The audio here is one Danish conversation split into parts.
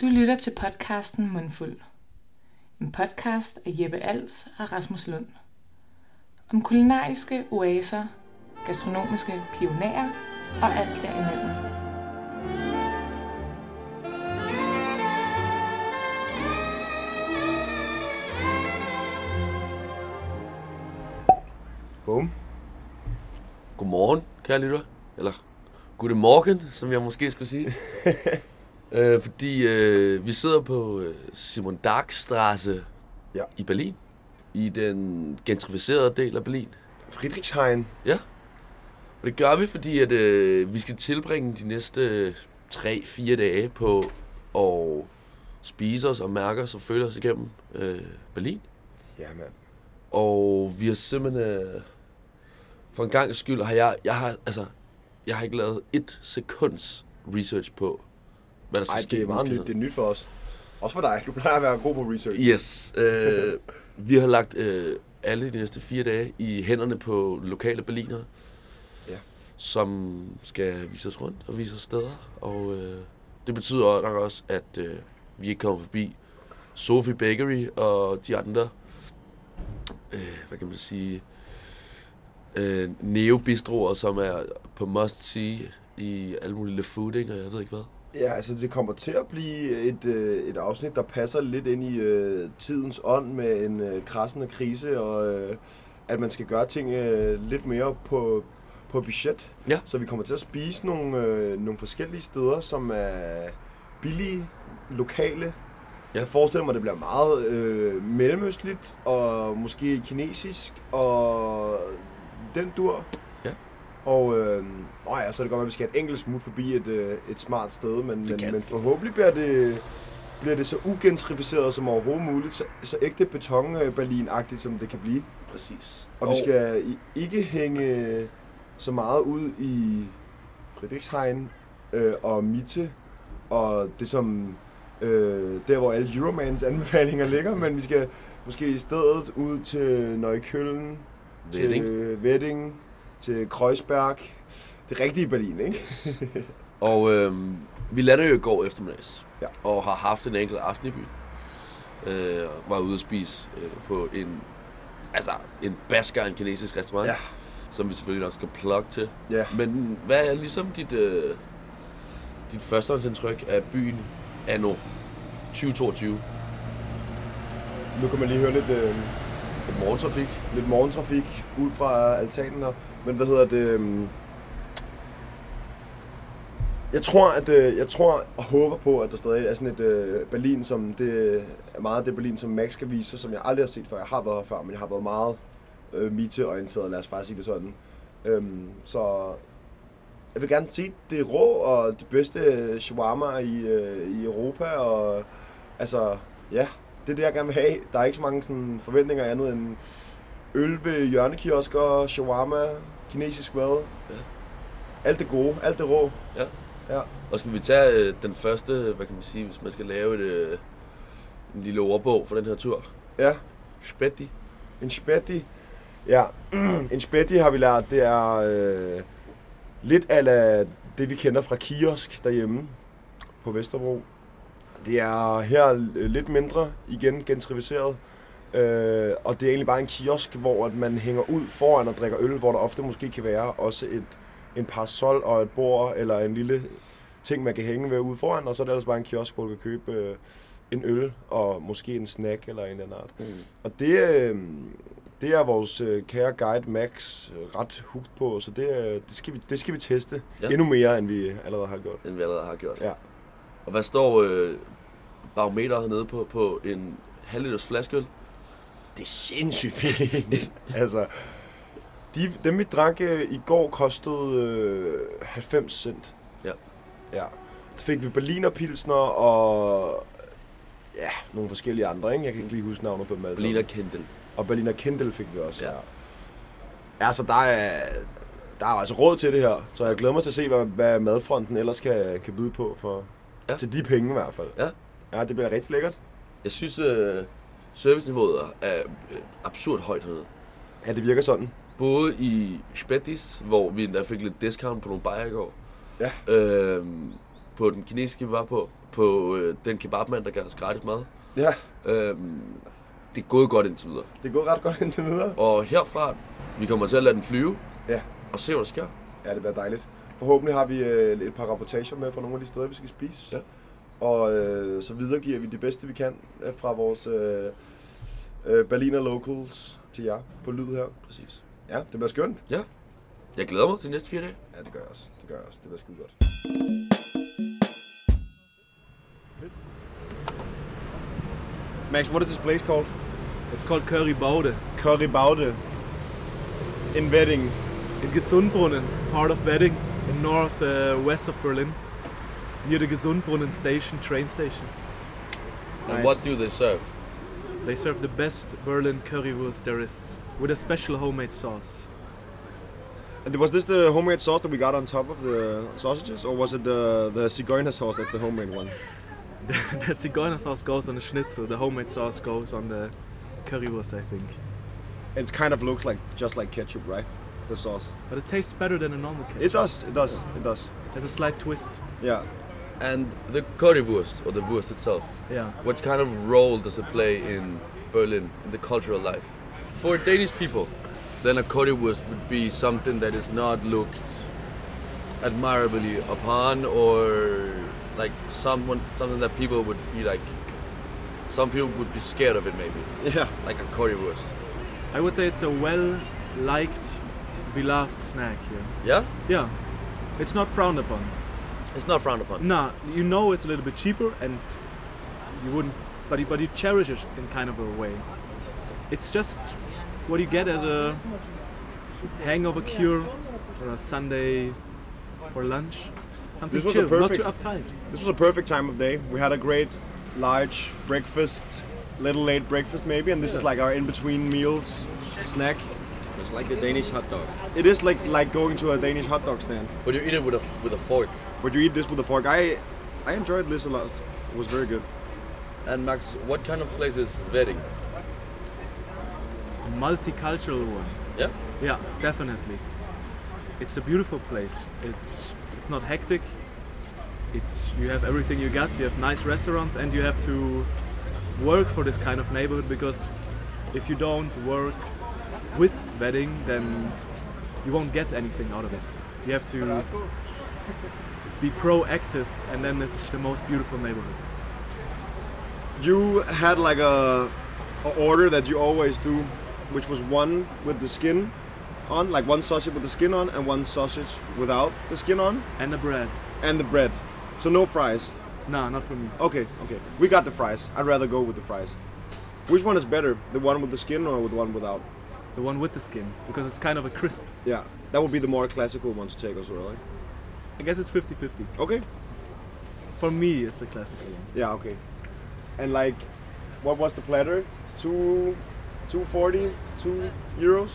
Du lytter til podcasten Mundfuld. En podcast af Jeppe Als og Rasmus Lund. Om kulinariske oaser, gastronomiske pionerer og alt derimellem. Bum. Godmorgen, kære lytter. Eller godmorgen, som jeg måske skulle sige. øh, fordi øh, vi sidder på øh, Simon Darkstrasse Ja. ja. i Berlin. I den gentrificerede del af Berlin. Friedrichshain. Ja. Og det gør vi, fordi at, øh, vi skal tilbringe de næste 3-4 dage på at spise os og mærke os og føle os igennem øh, Berlin. Ja, mand. Og vi har simpelthen... Øh, for en gang skyld har jeg... Jeg har, altså, jeg har ikke lavet et sekunds research på, hvad der Ej, skal ske. det er med meget nyt. Det menneskeheden. er nyt for os. Også for dig. Du plejer at være god på research. Yes. Øh, vi har lagt øh, alle de næste fire dage i hænderne på lokale berlinere, Ja. som skal vise os rundt og vise os steder. Og øh, det betyder nok også, at øh, vi ikke kommer forbi Sophie Bakery og de andre, øh, hvad kan man sige, øh, neobistroer, som er på must see i alle mulige fooding og jeg ved ikke hvad. Ja, altså det kommer til at blive et, øh, et afsnit, der passer lidt ind i øh, tidens ånd med en øh, krassende krise, og øh, at man skal gøre ting øh, lidt mere på, på budget. Ja. Så vi kommer til at spise nogle, øh, nogle forskellige steder, som er billige, lokale. Ja. Jeg forestiller mig, at det bliver meget øh, mellemøstligt, og måske kinesisk, og den dur. Og øh, åh ja, så er det godt, at vi skal have et enkelt smut forbi et, øh, et smart sted, men, men, kan men ske. forhåbentlig bliver det, bliver det så ugentrificeret som overhovedet muligt, så, så ægte beton-Berlin-agtigt, som det kan blive. Præcis. Og vi skal i, ikke hænge så meget ud i Friedrichshain øh, og Mitte og det som øh, der hvor alle Euromans anbefalinger ligger, men vi skal måske i stedet ud til Nøjkøllen, Wedding. til Wedding, til Kreuzberg. Det rigtige Berlin, ikke? Og øhm, vi landede jo i går eftermiddags, Ja. og har haft en enkelt aften i byen. Øh, og var ude at spise øh, på en, altså en basker, en kinesisk restaurant, Ja. som vi selvfølgelig nok skal plukke til. Ja. Men hvad er ligesom dit, øh, dit førstehåndsindtryk af byen anno 2022? Nu kan man lige høre lidt, øh, Morgentrafik? lidt morgentrafik ud fra altanen her. Men hvad hedder det? øhm, Jeg tror, at øh, jeg tror og håber på, at der stadig er sådan et øh, Berlin, som det er meget af det Berlin, som Max skal vise, som jeg aldrig har set før. Jeg har været her før, men jeg har været meget øh, mite-orienteret, lad os bare sige det sådan. Øhm, så jeg vil gerne se det rå og det bedste øh, shawarma i, øh, i Europa. Og, altså, ja, det er det, jeg gerne vil have. Der er ikke så mange sådan, forventninger andet end øl ved hjørnekiosker, shawarma, kinesisk mad. Ja. Ja. Alt det gode, alt det rå. Ja. Ja. Og skal vi tage øh, den første, hvad kan man sige, hvis man skal lave et, øh, en lille ordbog for den her tur? ja. Spætti. En spætti. Ja, en spætti har vi lært, det er øh, lidt af det, vi kender fra kiosk derhjemme på Vesterbro. Det er her øh, lidt mindre, igen gentrificeret. Øh, og det er egentlig bare en kiosk, hvor at man hænger ud foran og drikker øl, hvor der ofte måske kan være også et en parasol og et bord eller en lille ting, man kan hænge ved ude foran. Og så er det ellers bare en kiosk, hvor du kan købe øh, en øl og måske en snack eller en eller anden art. Og det, øh, det er vores øh, kære guide Max øh, ret hugt på, så det, øh, det, skal, vi, det skal vi teste ja. Ja. endnu mere, end vi allerede har gjort. end vi allerede har gjort. Ja. Og hvad står øh, barometer hernede på, på en halv liters flaskeøl? Det er sindssygt billigt. altså, de, dem vi drak øh, i går kostede øh, 90 cent. Ja. Ja. Så fik vi Berliner Pilsner og ja, nogle forskellige andre, ikke? Jeg kan ikke lige huske navnet på dem alle Berliner sammen. Kindle. Og Berliner Kindle fik vi også, ja. Ja. ja. Altså, der er, der er jo altså råd til det her, så jeg glæder mig til at se, hvad, hvad madfronten ellers kan, kan byde på for, ja. Ja. til de penge i hvert fald. Ja. Ja, det bliver rigtig lækkert. Jeg synes, øh, serviceniveauet er øh, absurd højt hernede. Ja, det virker sådan. Både i Spettis, hvor vi endda fik lidt discount Øhm, på nogle bajer i går. Ja. Øh, på den kinesiske vi var på, på øh, den kebabmand, der gav os gratis mad. Ja, Øhm, det er gået godt indtil videre. det er gået ret godt indtil videre. Og herfra, vi kommer til at lade den flyve Ja, og se, hvad der sker. ja det bliver dejligt. Forhåbentlig har vi øh, et par rapportager med fra nogle af de steder, vi skal spise. Ja. Og øh, så videregiver vi det bedste, vi kan øh, fra vores øh, øh, Berliner Locals til jer på lyd her. Præcis. Ja, det bliver skønt. Ja. Jeg glæder mig til de næste fire dage. Ja, det gør jeg også. Det gør jeg også. Det bliver skide godt. Max, what is this place called? It's called Curry Baude. Curry Baude. In Wedding. In Gesundbrunnen, part of Wedding, in north uh, west of Berlin, near the Gesundbrunnen station, train station. And Nice. what do they serve? They serve the best Berlin currywurst there is, with a special homemade sauce. And was this the homemade sauce that we got on top of the sausages, or was it the the Zigeuner sauce that's the homemade one? the Zigeuner sauce goes on the schnitzel, the homemade sauce goes on the currywurst, I think. It kind of looks like just like ketchup, right? The sauce. But it tastes better than a normal It ketchup. does. It does. It does. There's a slight twist. Yeah. And the currywurst, or the wurst itself, Yeah. what kind of role does it play in Berlin, in the cultural life? For Danish people, then a currywurst would be something that is not looked admirably upon, or like someone, something that people would be like, some people would be scared of it maybe, Yeah. like a currywurst. I would say it's a well liked, beloved snack here. Yeah? Yeah. It's not frowned upon. It's not frowned upon. Nah, you know it's a little bit cheaper and you wouldn't, but you, but you cherish it in kind of a way. It's just what you get as a hangover cure on a Sunday for lunch. Something This was a chill, not too perfect- uptight. This was a perfect time of day. We had a great large breakfast, little late breakfast maybe, and this is like our in-between meals snack. It's like the Danish hot dog. It is like like going to a Danish hot dog stand, But you eat it with a, with a fork. but you eat this with a fork. I I enjoyed this a lot. It was very good. And Max, what kind of place is Wedding? A multicultural one. Yeah? Yeah, definitely. It's a beautiful place. It's it's not hectic. It's you have everything you got. You have nice restaurants, and you have to work for this kind of neighborhood because if you don't work with vetting, then you won't get anything out of it. You have to be proactive, and then it's the most beautiful neighborhood. You had like a, a order that you always do, which was one with the skin on, like one sausage with the skin on, and one sausage without the skin on, And the bread? and the bread. So no fries. Nah, not for me. Okay, okay. We got the fries. I'd rather go with the fries. Which one is better, the one with the skin or with the one without? The one with the skin because it's kind of a crisp. Yeah, that would be the more classical one to take as well. Right? I guess it's 50-50. Okay. For me, it's a classical one. Yeah, okay. And like, what was the platter? Two, two forty, two euros.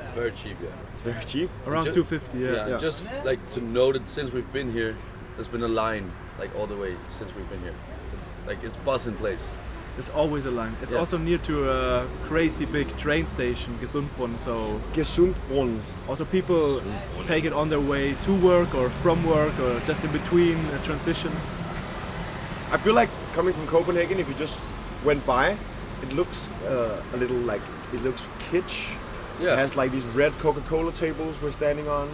It's very cheap, yeah. It's very cheap. Around Ju- 250, yeah. Yeah, Yeah. just like to know that since we've been here, there's been a line like all the way since we've been here. It's like it's bus in place. There's always a line. It's Yeah. also near to a crazy big train station, Gesundbrunnen, so Gesundbrunnen. also people take it on their way to work or from work or just in between a transition. I feel like coming from Copenhagen, if you just went by, it looks uh, a little like it looks kitsch. Yeah. It has like these red Coca-Cola tables we're standing on,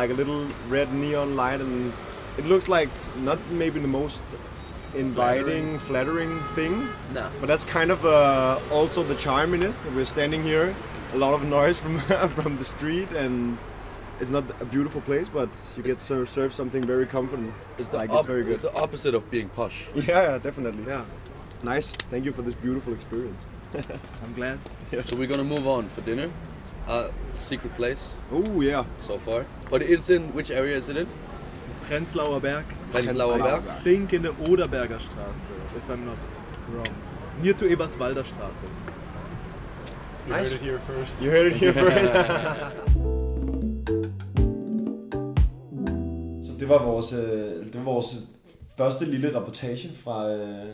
like a little red neon light, and it looks like not maybe the most inviting, flattering, thing. Nah. But that's kind of uh, also the charm in it. We're standing here, a lot of noise from from the street, and it's not a beautiful place, but you get served, served something very comforting. It's the, like op- it's very good. it's the opposite of being posh. Yeah, yeah, definitely. Yeah, Nice. Thank you for this beautiful experience. I'm glad. So we're gonna move on for dinner. Uh, secret place Oh yeah. so far. But it's in which area is it in? Prenzlauer Berg, Prenzlauer Berg. I think in the Oderberger Straße, if I'm not wrong. Near to Eberswalder Straße. You heard it here first. You heard it here first. Så det var vores øh, det var vores første lille rapportage fra øh,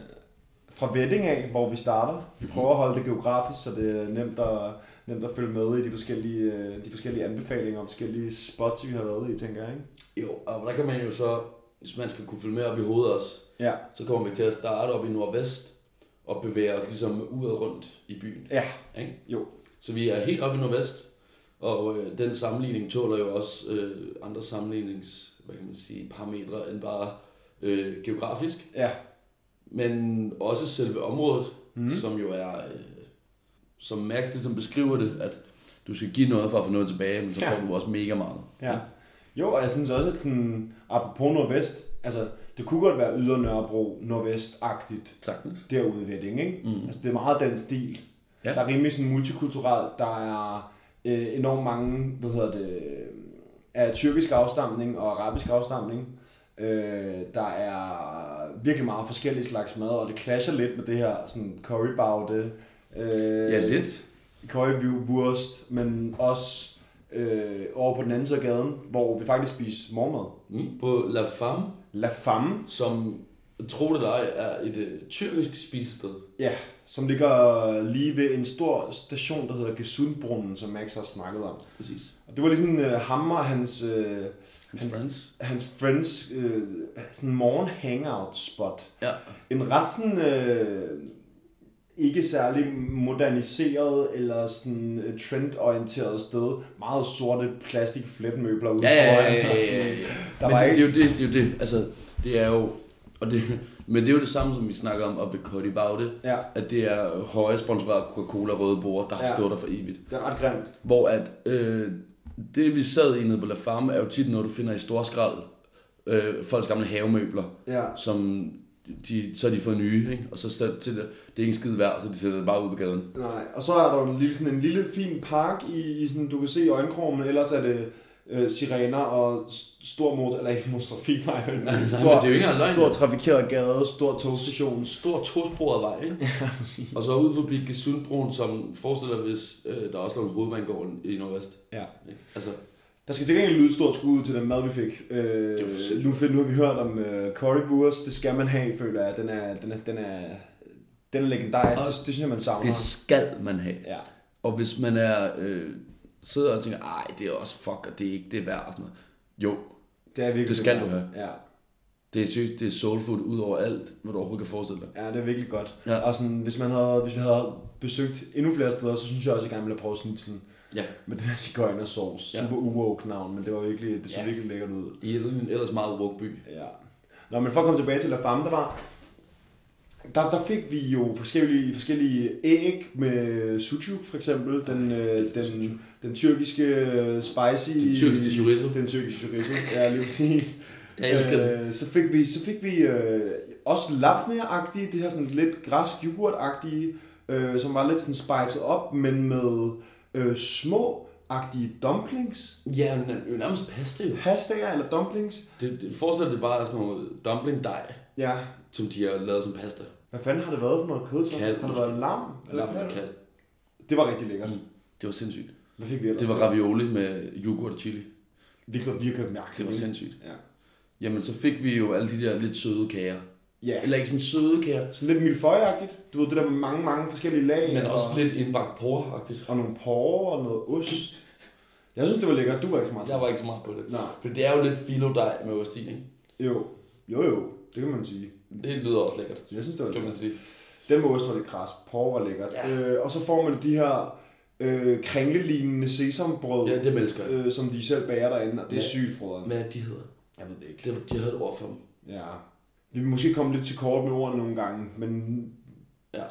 fra Vetting af, hvor vi starter. Vi prøver at holde det geografisk, så det er nemt at nemt at følge med i de forskellige øh, de forskellige anbefalinger og forskellige spots vi har været i, tænker jeg. Ikke? Jo, og der kan man jo så, hvis man skal kunne følge med op i hovedet også, Ja. Så kommer vi til at starte op i nordvest og bevæge os ligesom ud og rundt i byen. Ja. Ikke? Jo. Så vi er helt oppe i nordvest, og øh, den sammenligning tåler jo også øh, andre sammenlignings hvad kan man sige, parametre end bare øh, geografisk, Ja. men også selve området, Mhm. mm. som jo er, øh, som Max ligesom beskriver det, at du skal give noget for at få noget tilbage, men så Ja. ja. får du også mega meget. Ja. Jo, og jeg synes også, at sådan, apropos Nordvest, altså, det kunne godt være Yder Nørrebro, Nordvest-agtigt Sagtens. derude ved Elling, ikke? Mm. Altså, det er meget den stil. Ja. Ja. Der er rimelig sådan multikulturelt, der er øh, enormt mange, hvad hedder det, af tyrkisk afstamning og arabisk afstamning. Øh, der er virkelig meget forskellige slags mad, og det clasher lidt med det her sådan currybagte. Øh, Ja, lidt. currywurst, men også øh, over på den anden side af gaden, hvor vi faktisk spiser morgenmad. Mm. På La Femme, La Femme, som tro det eller ej, er et øh, tyrkisk spisested. ja, som ligger lige ved en stor station, der hedder Gesundbrunnen, som Max har snakket om. Præcis. Og det var ligesom øh, ham og hans, øh, Hans friends. hans friends øh, sådan morgen hangout spot. Ja. En ret sådan, øh, ikke særlig moderniseret eller sådan øh, trendorienteret sted. Meget sorte plastik flætmøbler ude Ja, ja, foran, ja, ja, og ja, sådan- ja, ja. Der Men var det, ikke- det, er jo det, det er jo det. Altså, det er jo... Og det, men det er jo det samme, som vi snakker om oppe ved Cody Bagde. Ja. At det er høje sponsorat Coca-Cola røde bord, der har Ja. ja. stået der for evigt. Det er ret grimt. Hvor at øh, det, vi sad i nede på La Farme, er jo tit noget, du finder i stor skrald. Øh, folks gamle havemøbler, Ja. som de, så har de fået nye, ikke? og så sætter til det, det er ikke en skid værd, så de sætter det bare ud på gaden. Nej, og så er der jo en lille, sådan en lille fin park, i, i sådan, du kan se i øjenkrogen, men ellers er det øh, sirener og s- stor mod, eller ikke mod trafikvej, men Nej, nej, en men stor, det er jo ikke engang løgn. stor trafikeret gade, stor togstation. En stor tosporet vej, ikke? præcis. Og så ud forbi Gesundbroen, som forestiller, hvis øh, der også lå en hovedbanegård i Nordvest. Ja. Ikke? Altså, Der skal til gengæld lyde et stort skud ud til den mad, vi fik. Øh, Det var sindssygt. nu, nu har vi hørt om øh, currywurst, det skal man have, føler jeg. Den er, den er, den er, den er legendarisk, Og- det, det synes jeg, man savner. det skal man have. Ja. Og hvis man er, øh, sidder og tænker, ej, det er også fuck, og det er ikke det er værd, og sådan noget. Jo, Det, er virkelig Det skal du godt. Ja. det er sygt, det er soul food ud over alt, hvad du overhovedet kan forestille dig. Ja, det er virkelig godt. Ja. Ja. Og sådan, hvis man havde, hvis vi havde besøgt endnu flere steder, så synes jeg også, at jeg gerne ville have prøvet snitslen. Ja. Med den her cigøjnersauce. Ja. Ja. Super uwoke navn, men det var virkelig, det så ja. Ja. virkelig lækkert ud. I en ellers meget woke by. Ja. Nå, men for at komme tilbage til La Femme, der var... Der, der fik vi jo forskellige, forskellige æg med sucuk, for eksempel. Den, øh, den, den tyrkiske øh, spicy... Den tyrkiske chorizo. Den tyrkiske chorizo, ja, lige præcis. Jeg elsker den. Øh, så fik vi, så fik vi øh, også lapnea-agtige, det her sådan lidt græsk yoghurt-agtige, øh, som var lidt sådan spiced op, men med øh, små-agtige dumplings. Ja, men det er jo nærmest pasta jo. Pastaer eller dumplings. Det, det forestiller det bare er sådan noget dumpling dej, Ja, som de har lavet som pasta. hvad fanden har det været for noget kød? Så? Kalv, har det måske. været lam? Eller hvad man kalv? kan. Det var rigtig lækkert. Det var sindssygt. Hvad fik vi ellers? Det var ravioli med yoghurt og chili. Det var virkelig mærkeligt. Det var ikke? sindssygt. Ja. Jamen, så fik vi jo alle de der lidt søde kager. ja. Eller ikke sådan søde kager, Sådan lidt milføjeagtigt. Du ved, det der med mange, mange forskellige lag. men også og, lidt indbagt poragtigt. Og nogle porre og noget ost. Jeg synes, det var lækkert. Du var ikke så meget til. Jeg var ikke så meget på det. Nej. For det er jo lidt filodej med ost i, ikke? Jo. Jo, jo. Det kan man sige. Det lyder også lækkert, Jeg synes, det var kan man lækkert. sige. Den med ost var lidt kras. Porre var lækkert. Ja. Ja. Øh, og så får man de her øh, kringlelignende sesambrød, Ja, det elsker jeg. øh, som de selv bager derinde. Og det er Ja. sygt, frøderen. Hvad er det, de hedder? Jeg ved det ikke. Det, de havde et ord for dem. Ja. Vi er måske komme lidt til kort med ordene nogle gange, men Ja.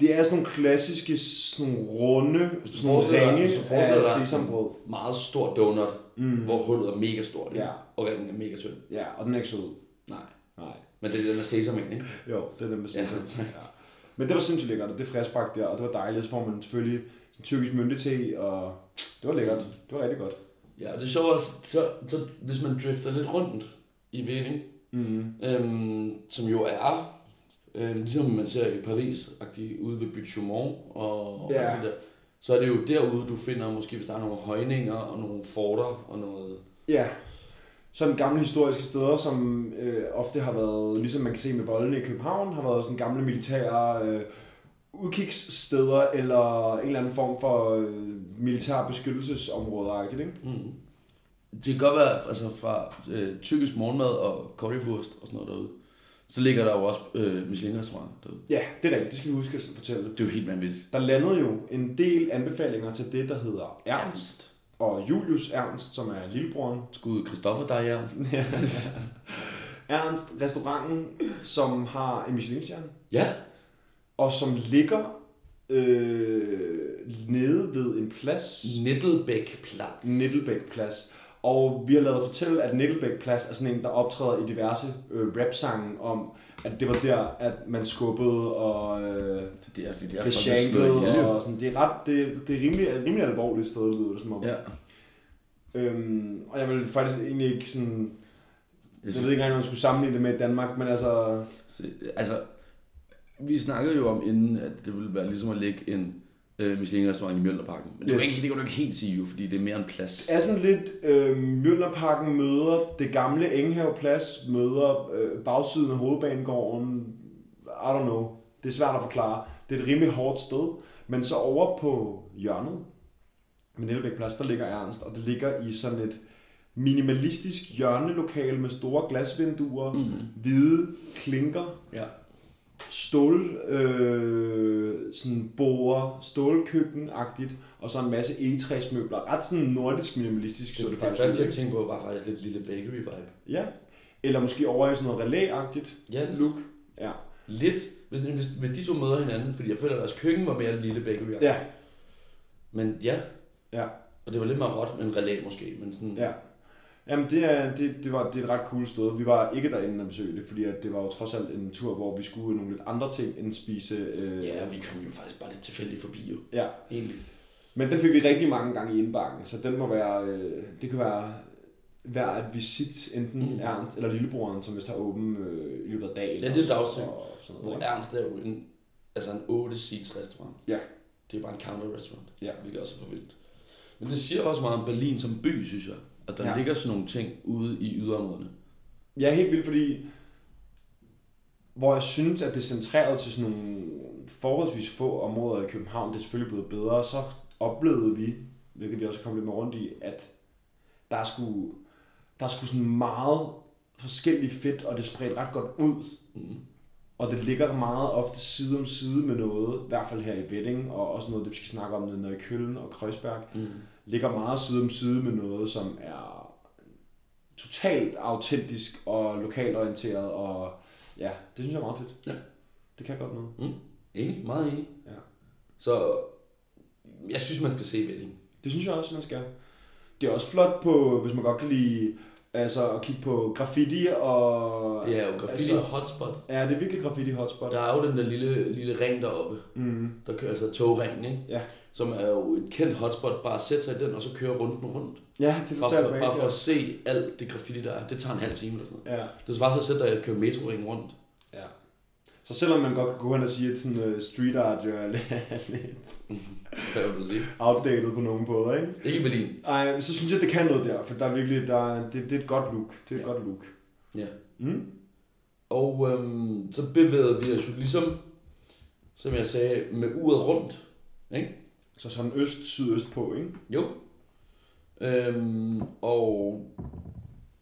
Det er sådan nogle klassiske, sådan runde, Hvis du sådan nogle forestiller dig- ringe hvis du forestiller af dig- Mm. sesambrød. Meget stor donut, Mm. hvor hullet er mega stort, ikke? Ja. Og ringen er mega tynd. Ja, og den er ikke sød. Nej. Nej. Men det er den der sesam, ikke? Jo, det er den med Ja, sesam. tak. Ja. Men det var sindssygt lækkert, og det friskbagt der, og det var dejligt. Så får man selvfølgelig sådan tyrkisk myndete, og det var lækkert. Det var rigtig godt. Ja, og det sjove er, så, så, hvis man drifter lidt rundt i Veding, Mm. øhm, som jo er, øhm, ligesom man ser i Paris, ude ved Buchamon og, Ja. og sådan der, så er det jo derude, du finder måske, hvis der er nogle højninger og nogle forter og noget... Ja, sådan gamle historiske steder, som øh, ofte har været, ligesom man kan se med voldene i København, har været sådan gamle militære øh, udkigssteder, eller en eller anden form for øh, militær beskyttelsesområder, ikke? Mm. Det kan godt være, altså fra øh, tyrkisk morgenmad og currywurst og sådan noget derude, Så ligger der jo også øh, Michelin-restauranter derude. Ja, det er rigtigt. Det skal vi huske at fortælle. Det er jo helt vanvittigt. Der landede jo en del anbefalinger til det, der hedder Ernst. Og Julius Ernst, som er lillebroren. Skud Christoffer dig, Jørgensen. Ja. Ernst, restauranten, som har en Michelin-stjerne. Ja, Og som ligger øh, nede ved en plads. Nettelbæk-plads. Nittelbæk Plads. Og vi har lavet fortælle, at Nittelbæk Plads er sådan en, der optræder i diverse øh, rap-sange om, at det var der, at man skubbede og øh, Det er, det er derfor, det er slået ihjel, beshankede. jo. Og sådan. Det er, ret, det, det er rimelig, et rimelig alvorligt sted, lyder det som om. Ja. Øhm, og jeg vil faktisk egentlig ikke sådan... Jeg Jeg ved ikke engang, om man skulle sammenligne det med i Danmark, men altså... Så, altså, vi snakkede jo om inden, at det ville være ligesom at lægge en øh, Michelin-restaurant i Mjølnerparken. Men det, yes. Yes. ikke, det kan du ikke helt sige jo, fordi det er mere en plads. Det er sådan lidt, øh, Mjølnerparken møder det gamle Enghaveplads, møder øh, bagsiden af hovedbanegården, I don't know. Det er svært at forklare. Det er et rimelig hårdt sted. Men så over på hjørnet, ved Nellebæk Plads, der ligger Ernst, og det ligger i sådan et minimalistisk hjørnelokale med store glasvinduer, mm-hmm. hvide klinker, Ja. stål, øh, sådan borer, stålkøkken-agtigt, og så en masse egetræsmøbler. Ret sådan nordisk minimalistisk, så det, det faktisk første, jeg lyder. tænkte på, var faktisk lidt lille bakery-vibe. Ja. Eller måske over i sådan noget relæ-agtigt Ja, lidt. look. Ja. Lidt. Hvis, hvis, hvis de to møder hinanden, fordi jeg føler, at deres køkken var mere lille bakery Ja, Men ja, ja, og det var lidt mere råt med en relæ måske. Men sådan, ja. Jamen, det er, det, det, var, det er et ret cool sted. Vi var ikke derinde at besøge det, fordi at det var jo trods alt en tur, hvor vi skulle nogle lidt andre ting end spise. Øh, ja, vi kom jo faktisk bare lidt tilfældigt forbi jo. ja. Egentlig. Men den fik vi rigtig mange gange i indbakken, så den må være, øh, det kan være værd at visit enten mm. Mm. Ernst eller lillebroren, som vist har åben øh, i løbet af dagen. Ja, det er også, dagtid. og sådan Hvor noget. Ernst er jo en, altså en 8 seats restaurant. Ja. Det er jo bare en counter restaurant. Ja. Hvilket også er for vildt. Men det siger også meget om Berlin som by, synes jeg. At der Ja. ja. ligger sådan nogle ting ude i yderområderne. Ja, helt vildt, fordi hvor jeg synes, at det er centreret til sådan nogle forholdsvis få områder i København, det er selvfølgelig blevet bedre, så oplevede vi, hvilket vi også kom lidt med rundt i, at der er sgu, der er sgu sådan meget forskelligt fedt, og det er spredt ret godt ud. Mhm. Og det ligger meget ofte side om side med noget, i hvert fald her i Vetting, og også noget, det vi skal snakke om nede når i Køln og Kreuzberg, Mm. ligger meget side om side med noget, som er totalt autentisk og lokalt orienteret, og ja, det synes jeg er meget fedt. Ja. Det kan godt noget. Mm. Enig, meget enig. Ja. Så jeg synes, man skal se Velling. Det synes jeg også, man skal. Det er også flot på, hvis man godt kan lide altså, at kigge på graffiti og... Det er jo graffiti Altså- altså, hotspot. Ja, det er virkelig graffiti hotspot. Der er jo den der lille, lille ring deroppe, Mm. der kører altså togringen, ikke? Ja. som er jo et kendt hotspot. Bare at sætte sig i den, og så køre runden rundt. Ja, det Bare fortalte for, mig bare for at ikke. se alt det graffiti, der er. Det tager en halv time eller sådan noget. Ja, Det svarer sig at sætte dig og køre metroringen rundt. ja. Så selvom man godt kan gå hen og sige, at sådan, øh, street art jo er lidt Hvad vil du sige? outdated på nogen måder, ikke? Ikke i Berlin. Ej, så synes jeg, det kan noget der, for der er virkelig, der, er- det, det er et godt look. Det er et Ja. godt look. Ja. Mm. Og øhm, så bevægede vi os jo ligesom, som jeg sagde, med uret rundt. Så sådan øst, sydøst på, ikke? Jo. Øhm, og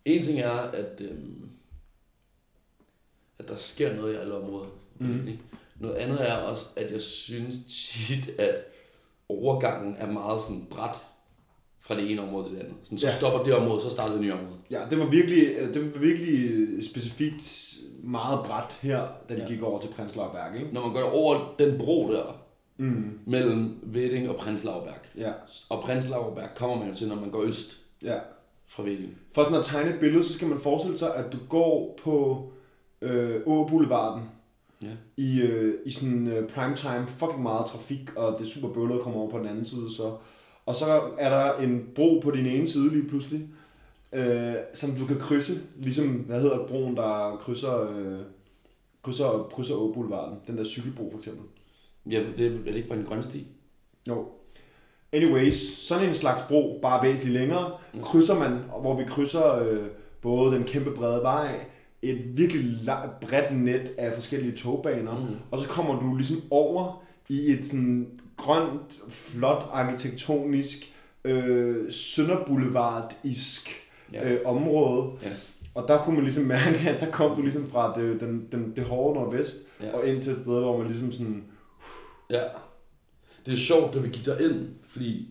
en ting er, at, øhm, at der sker noget i alle områder. Mhm. Mm. Noget andet er også, at jeg synes tit, at overgangen er meget sådan bræt fra det ene område til det andet. Sådan, så Ja. stopper det område, så starter det nye område. Ja, det var virkelig, øh, det var virkelig øh, specifikt meget bræt her, da de ja. Ja. gik over til Prins Lauberg, ikke? Når man går over den bro der, Mm. mellem Veding og Prins Lauberg, Ja, Og Prins Lauerberg kommer man jo til, når man går øst ja. fra Veding. For sådan at tegne et billede, så skal man forestille sig, at du går på øh, Åboulevarden Ja. i, øh, i sådan øh, primetime, fucking meget trafik, og det er super bøvlet at komme over på den anden side, så... Og så er der en bro på din ene side lige pludselig, øh, som du kan krydse, ligesom, hvad hedder broen, der krydser, øh, krydser, krydser Åboulevarden, den der cykelbro for eksempel. ja det er det ikke bare en grøn sti? Jo. Anyways, sådan en slags bro, bare væsentligt længere, krydser man, og hvor vi krydser øh, både den kæmpe brede vej, et virkelig la- bredt net af forskellige togbaner, mm. Mhm. og så kommer du ligesom over i et sådan grønt, flot, arkitektonisk, øh, sønderboulevardisk Ja. øh, område, Ja. Og der kunne man ligesom mærke, at der kom du ligesom fra det, den, den, det hårde nordvest, Ja. ja. og ind til et sted, hvor man ligesom sådan, Ja. Det er sjovt, da vi gik derind, fordi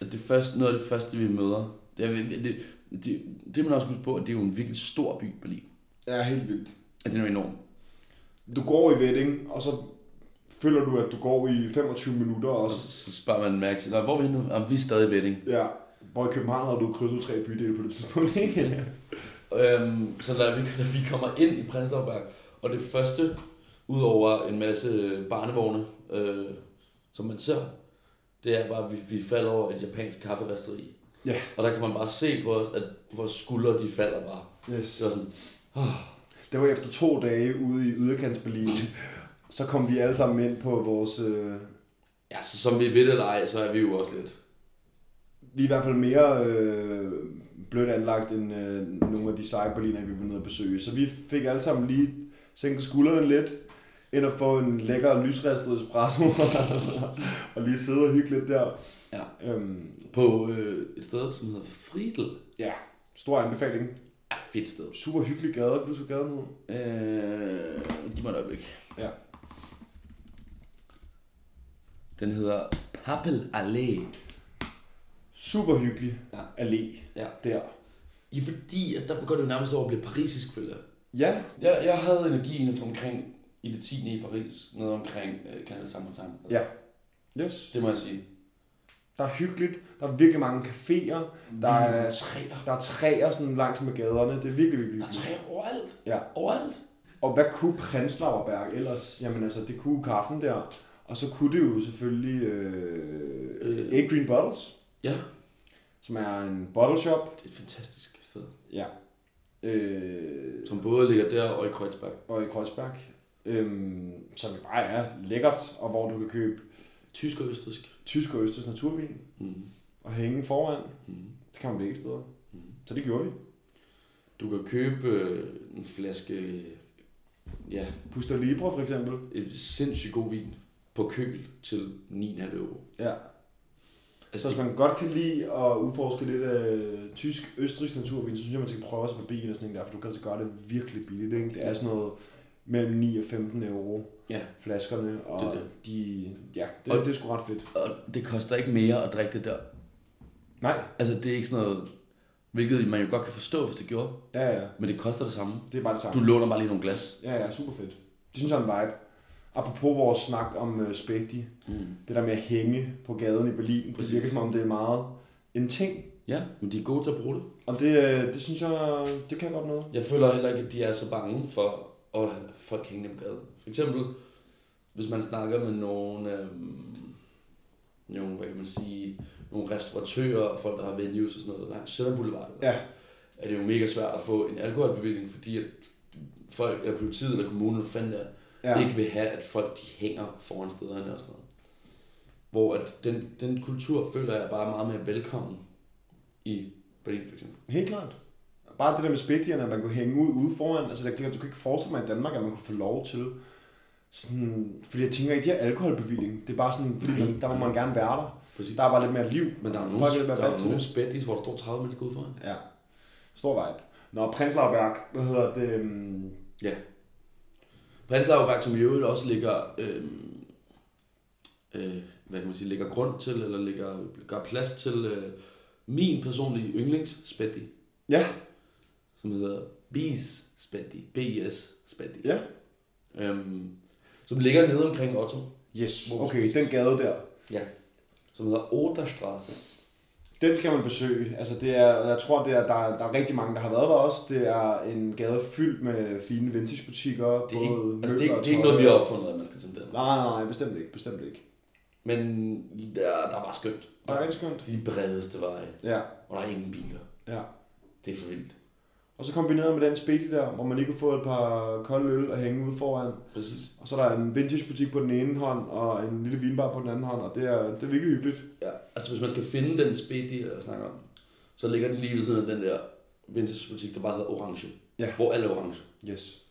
at det første, noget af det første, vi møder, det, er, det, det, det man også huske på, at det er jo en virkelig stor by, Berlin. er helt vildt. At den er jo enorm. Du går i Vetting, og så føler du, at du går i 25 minutter, og Og så, så, så spørger man mærke til, "Nå, hvor er vi henne nu? Jamen, vi er stadig i Vetting. ja, hvor i København havde du krydset tre bydele på det tidspunkt. ikke? Øhm, så da vi, da vi kommer ind i Prenzlauberg, og det første, udover en masse øh, barnevogne, øh, som man ser, det er bare, at vi, vi falder over et japansk kafferisteri. Ja. Og der kan man bare se på os, at vores skuldre de falder bare. yes. Det var sådan, Det var efter to dage ude i yderkantsberlin, så kom vi alle sammen ind på vores, øh, ja, så som vi ved det eller ej, så er vi jo også lidt. vi er i hvert fald mere øh, blødt anlagt end øh, nogle af de seje berliner, vi var nede at besøge. Så vi fik alle sammen lige sænket skuldrene lidt, ind og få en lækker lysristet espresso, og lige sidde og hygge lidt der. Ja. Øhm, På øh, et sted, som hedder Friedel. ja, stor anbefaling. Ja, fedt sted. Super hyggelig gade, kan du så gaden hed? Øh, giv mig et øjeblik. Ja. Den hedder Pappel Allé. Super hyggelig Ja. allé Ja. der. Ja, fordi at der går det jo nærmest over at blive parisisk, føler jeg. Ja, jeg. Jeg havde energien fra omkring i det 10. i Paris, noget omkring øh, Canal Saint-Martin. Ja. yes. Det må jeg sige. Der er hyggeligt, der er virkelig mange caféer, der Der er, er træer. der er træer sådan langs med gaderne, det er virkelig, virkelig Der er hyggeligt. træer overalt. Ja. Overalt. Og hvad kunne Prenzlauerberg ellers? Jamen altså, det kunne kaffen der. Og så kunne det jo selvfølgelig øh, Øh. Eight Green Bottles, Ja, som er en bottle shop. det er et fantastisk sted. Ja. Øh, Som både ligger der og i Kreuzberg. og i Kreuzberg. Øhm, som jo bare er lækkert, og hvor du kan købe Tysk og østrisk. tysk og østers naturvin Mm. og hænge foran. Mm. Det kan man begge steder. Mhm. Så det gjorde vi. Du kan købe øh, en flaske, øh, ja, Pusta Libre for eksempel. et sindssygt god vin på køl til 9,5 euro. Ja. Så Altså, hvis det, man godt kan lide at udforske lidt af tysk østrigsk naturvin, så synes jeg, man skal prøve at sig forbi en og sådan en der, for du kan altså gøre det virkelig billigt. Ikke? Det er sådan noget mellem 9 og 15 euro ja, flaskerne, og Det det er det. de, ja, det, Og- det er sgu ret fedt. og det koster ikke mere at drikke det der. Nej, Altså, det er ikke sådan noget, hvilket man jo godt kan forstå, hvis det gjorde, ja, ja, men det koster det samme. det er bare det Du samme. låner bare lige nogle glas. Ja, ja, super fedt. Det synes jeg er en vibe. Apropos vores snak om uh, spægti, Mm. det der med at hænge på gaden i Berlin, det Præcis. virker som om det er meget en ting, Ja, men de er gode til at bruge det. og det, øh, det synes jeg, det kan jeg godt noget. Jeg føler heller ikke, at de er så bange for at have folk hængende på gaden. For eksempel, hvis man snakker med nogle, øhm, nogle, hvad kan man sige, nogle restauratører og folk, der har venues og sådan noget langs Sjælland Boulevard, Ja. er det jo mega svært at få en alkoholbevilling, fordi at folk, eller politiet eller kommunen, hvad fanden der, ja. ikke vil have, at folk de hænger foran stederne og sådan noget. Hvor at den, den kultur føler jeg bare er meget mere velkommen i Berlin for eksempel. Helt klart. Bare det der med spækdierne, at man kunne hænge ud ude foran. Altså, det, det- du kan ikke forestille mig i Danmark, at man kunne få lov til. Sådan, fordi jeg tænker ikke, de har alkoholbevilling. Det er bare sådan, fordi man, der må man gerne være der. Præcis. Der er bare lidt mere liv. Men der er Folk er nogle, lidt der mere er vant til nogle det. spættis, hvor der står 30 mennesker ude foran. Ja. Stor vibe. Nå, Prins Lauberg, hvad hedder det? øhm, Ja. Prenzlauerberg, som i øvrigt også ligger, øh, øh, hvad kan man sige, ligger grund til, eller ligger, gør plads til øh, min personlige yndlings spætti, Ja, som hedder Bis spætti, B-I-S spætti, ja. øhm, som ligger nede omkring Otto, Yes, Hvor okay, spises. den gade der. som hedder Oderstrasse. Den skal man besøge. Altså, det er, jeg tror, det er, der, er- der er rigtig mange, der har været der også. Det er en gade fyldt med fine vintagebutikker. Det er, ikke, både altså det, er, møbler ikke- og det er ikke tøj. noget, vi har opfundet, at man skal til det. Nej, nej, nej, bestemt ikke, bestemt ikke. Men der, der er bare skønt. Der er rigtig skønt. De bredeste veje, Ja, og der er ingen biler. ja. Det er for vildt. Og så kombineret med den spætte der, hvor man lige kunne få et par kolde øl og hænge ude foran. Præcis. Og så er der en vintage butik på den ene hånd, og en lille vinbar på den anden hånd, og det er, det er virkelig hyggeligt. Ja, altså hvis man skal finde den spædi, jeg snakker om, så ligger den lige ved siden af den der vintagebutik, der bare hedder Orange. Ja. Hvor alt er orange. Yes.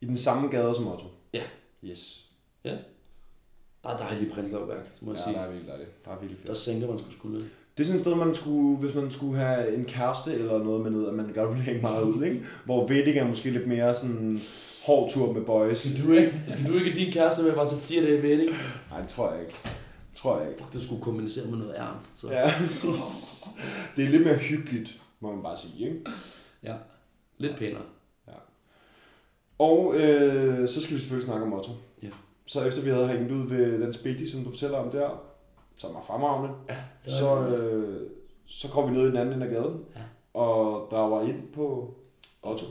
I den samme gade som Otto. Ja. Yes. Der er dejligt Prenzlauberg, det må jeg Ja, sige. der er virkelig dejligt. Der er virkelig Der fedt. sænker man sgu skulderen. Det er sådan et sted, man skulle, hvis man skulle have en kæreste eller noget med noget, at man godt ville hænge meget ud, ikke? Hvor Wedding er måske lidt mere sådan hård tur med boys. Skal du ikke, skal Altså, du ikke din kæreste med bare tage fire dage ved, ikke? Nej, det tror jeg ikke. Det tror jeg ikke. Du skulle kompensere med noget ernst, så. Ja, det er lidt mere hyggeligt, må man bare sige, ikke? ja. Lidt pænere. Og øh, så skal vi selvfølgelig snakke om Otto. Ja. Så efter vi havde hængt ud ved den spedi, som du fortæller om der, som er fremragende, ja, det er så, øh, så kom vi ned i den anden ende af gaden, Ja. og der var ind på Otto,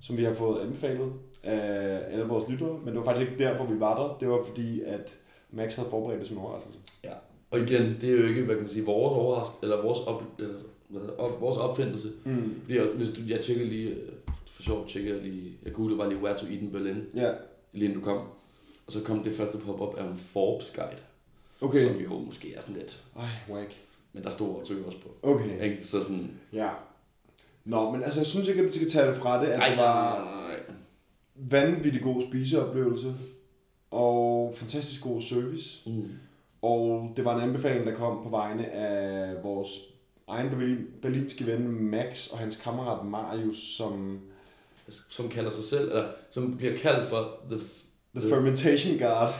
som vi har fået anbefalet af alle vores lyttere, men det var faktisk ikke der, hvor vi var der. Det var fordi, at Max havde forberedt det som en overraskelse. Og igen, det er jo ikke, hvad kan man sige, vores overraskelse, eller vores, op, eller, hvad hedder, op, vores opfindelse. Mm. Fordi jeg, hvis du, jeg tjekkede lige, øh, for sjov tjekkede jeg lige, jeg googlede bare lige, where to eat in Berlin, Ja, lige inden du kom. Og så kom det første pop-up af en Forbes guide, okay. okay. som jo måske er sådan lidt, Ej, whack. men der stod Otto jo også på. Okay, Ikke? Så sådan, ja. Nå, men altså, jeg synes ikke, at vi skal tage det fra det, at nej, det nej, var... nej, nej. vanvittig god spiseoplevelse, og fantastisk god service. Mm. Og det var en anbefaling, der kom på vegne af vores egen berlin, berlinske ven Max og hans kammerat Marius, som Som kalder sig selv, eller som bliver kaldt for The, f- The Fermentation Guard.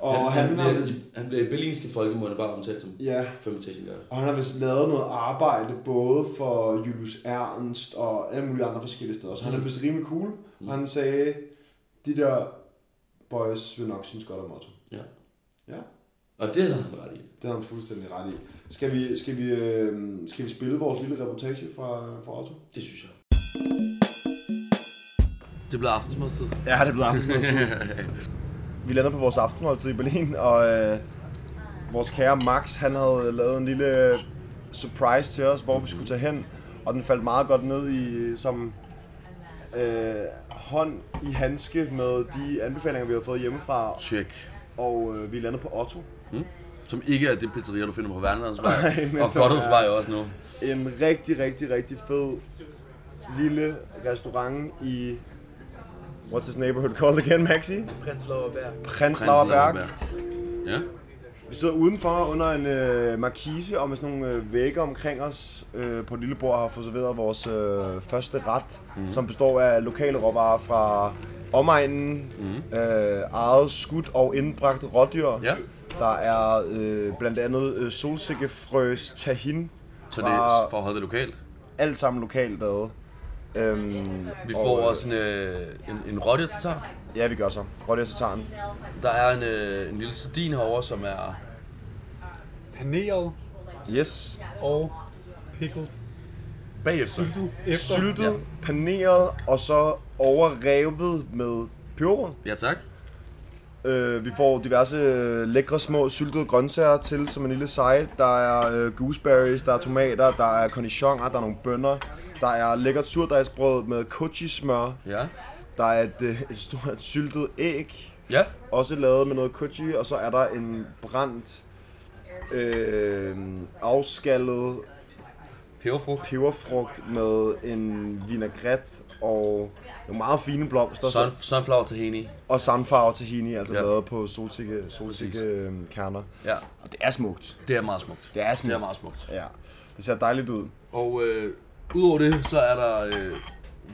Og han, han, har bliver, vist, han bliver i berlinske folkemunde bare omtalt som ja, fermentation guide. og han har vist lavet noget arbejde både for Julius Ernst og alle mulige andre forskellige steder. Så han er Mm. vist rimelig cool. Mm. Og han sagde, de der boys vil nok synes godt om Otto. Og det havde han ret i. Det har han fuldstændig ret i. Skal vi, skal vi, øh, skal vi spille vores lille reportage fra, fra Otto? Det synes jeg. Det blev aftensmadstid. Ja, det blev aftensmåltid. vi landede på vores aftensmåltid i Berlin, og øh, vores kære Max, han havde lavet en lille surprise til os, hvor vi skulle tage hen. Og den faldt meget godt ned i som øh, hånd i handske med de anbefalinger, vi havde fået hjemmefra. Check. Og øh, vi landede på Otto. Som ikke er det pizzeria, du finder på Værnlandsvej. Nej, men og som er- Godthåbsvej også nu. en rigtig, rigtig, rigtig fed lille restaurant i... What's his neighborhood called again, Maxi? Prenzlauer Berg. Prenzlauer Berg. Ja. Vi sidder udenfor under en øh, markise og med sådan nogle øh, vægge omkring os øh, på et lille bord og har fået serveret vores øh, første ret, mm. som består af lokale råvarer fra omegnen, mm. øh, eget skudt og indbragte rådyr. Ja. Der er øh, blandt andet øh, solsikkefrøs tahin, Så det er Fra- for at holde det lokalt. alt sammen lokalt lavet. Øhm, Vi og, får øh, også en, øh, en, en rottetatar. Ja, vi gør så. Prøv lige at tage den. Der er en, øh, en lille sardin herovre, som er... Panel Yes. og pickled Bagefter. efter. Syltet, Ja. ja. paneret og så overrevet med peber. Ja, tak. Øh, vi får diverse øh, lækre små syltede grøntsager til som en lille side. Der er øh, gooseberries, der er tomater, der er cornichoner, der er nogle bønner. Der er lækkert surdejsbrød med kochi-smør. Ja. Der er et, øh, et stort syltet æg, Ja. også lavet med noget kochi. Og så er der en brændt, øh, afskallet Peberfrugt. peberfrugt med en vinaigrette og nogle meget fine blomster Sun, så, sunflower tahini. og sandfarve tahini, altså Ja. ja. lavet på solsikke, solsikke øhm, kerner. Ja. Og det er smukt. Det er meget smukt. Det er Det smukt. er meget smukt. Ja. Det ser dejligt ud. Og øh, udover det, så er der, øh,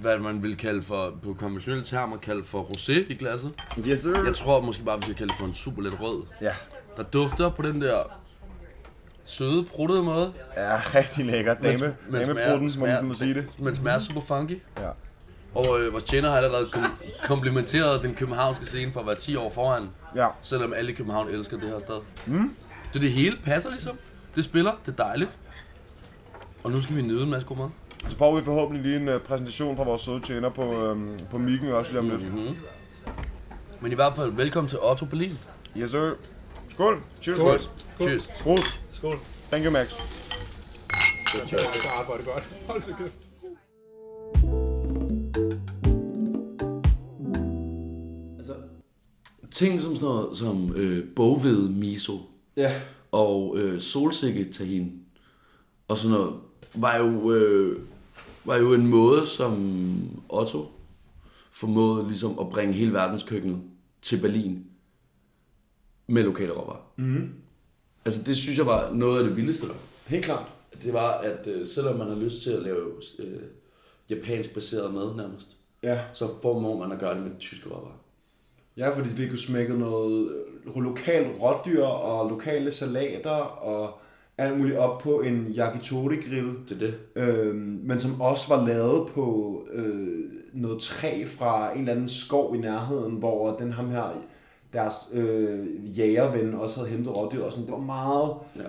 hvad man vil kalde for, på konventionelle termer, kaldt for rosé i glasset. Yes, sir. Jeg tror måske bare, vi skal kalde det for en super let rød. Ja. Der dufter på den der søde, pruttede måde, Ja, rigtig lækker. Dame, men dame smager- pruten, må smager- man må sige det. men smager super funky. Ja. Og øh, vores tjener har allerede kom- komplimenteret den københavnske scene for at være 10 år foran, Ja. selvom alle i København elsker det her sted. Mm. Så det hele passer ligesom. Det spiller, det er dejligt. Og nu skal vi nyde en masse god mad. Så får vi forhåbentlig lige en uh, præsentation fra vores søde tjener på, øhm, på mikken også lige om lidt. Mhm. Mm-hmm. Men i hvert fald, velkommen til Otto Berlin. Yes, sir. Skål. Cheers. Skål. Skål. Cheers. Skål. Skål. Thank you, Max. Jeg kan arbejde godt. Hold så kæft. Altså, ting som sådan noget, som øh, boghvede miso Ja. og øh, solsikke tahin og sådan noget, var jo, øh, var jo en måde, som Otto formåede ligesom at bringe hele verdenskøkkenet til Berlin med lokale råvarer. Mm-hmm. Altså det synes jeg var noget af det vildeste der. Helt klart. Det var, at øh, selvom man har lyst til at lave øh, japansk baseret mad nærmest, Ja. så formår man at gøre det med tyske råvarer. Ja, fordi vi kunne smække noget øh, lokal rådyr og lokale salater og alt muligt op på en yakitori-grill, Det er det. øh, men som også var lavet på øh, noget træ fra en eller anden skov i nærheden, hvor den ham her, deres øh, jægerven, også havde hentet rådyr og sådan. Det var meget, Ja.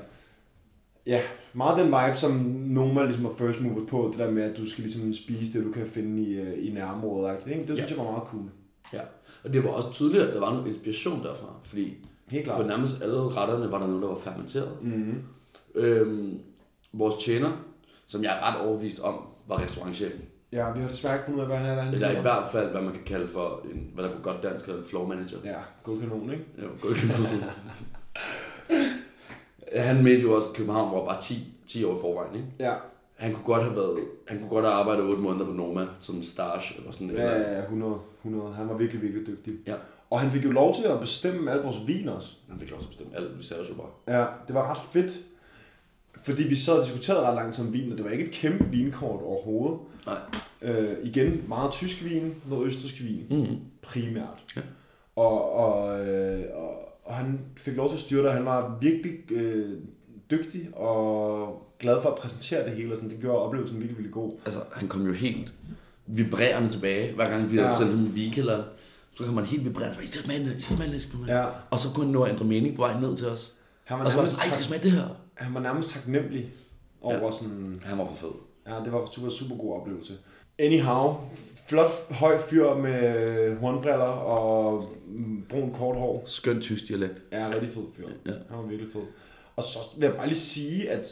ja, meget den vibe, som Noma ligesom var first mover på, det der med, at du skal ligesom spise det, du kan finde i, øh, i nærområdet. ikke? Det, det synes Ja. jeg var meget cool. ja. Og det var også tydeligt, at der var noget inspiration derfra, fordi Helt På klart. Mhm. nærmest alle retterne var der noget, der var fermenteret. Mm-hmm. Øhm, vores tjener, som jeg er ret overbevist om, var restaurantchefen. Ja, vi har desværre ikke fundet ud af, hvad han er. hvad han Eller i hedder. hvert fald, hvad man kan kalde for, en, hvad der på godt dansk hedder en floor manager. Ja. Ja, god kanon, ikke? Jo, god kanon. han mente jo også, at København var bare 10, 10 år i forvejen. Ikke? Ja, Han kunne godt have været, han kunne godt have arbejdet 8 måneder på Norma som stage eller sådan noget. ja, ja, ja, 100, 100. Han var virkelig, virkelig dygtig. Ja. Og han fik jo lov til at bestemme alle vores vin også. Han fik lov til at bestemme alt, vi sagde jo bare. Ja, det var ret fedt. Fordi vi sad og diskuterede ret langt om vin, og det var ikke et kæmpe vinkort overhovedet. Nej. Øh, igen, meget tysk vin, noget østrisk vin, Mhm. primært. Ja. Og, og, øh, og, og han fik lov til at styre det, og han var virkelig øh, dygtig og glad for at præsentere det hele, og sådan, det gjorde oplevelsen virkelig, virkelig god. Altså, han kom jo helt vibrerende tilbage, hver gang vi havde Ja. sendt ham i vigekælderen. Så kom han helt vibrerende, I skal smage den her, I skal smage den her, I skal smage den her." Ja. Og så kunne han nå at ændre mening på vej ned til os. Han var Og så var han nærmest, sådan, "Ej, I skal tak, smage det her. han var nærmest taknemmelig over ja. sådan, Han var for fed. Ja, det var en super, super god oplevelse. Anyhow, flot høj fyr med hornbriller og mm, brun kort hår. Skøn tysk dialekt. Ja, rigtig fed fyr. Ja. Han var virkelig fed. Og så vil jeg bare lige sige, at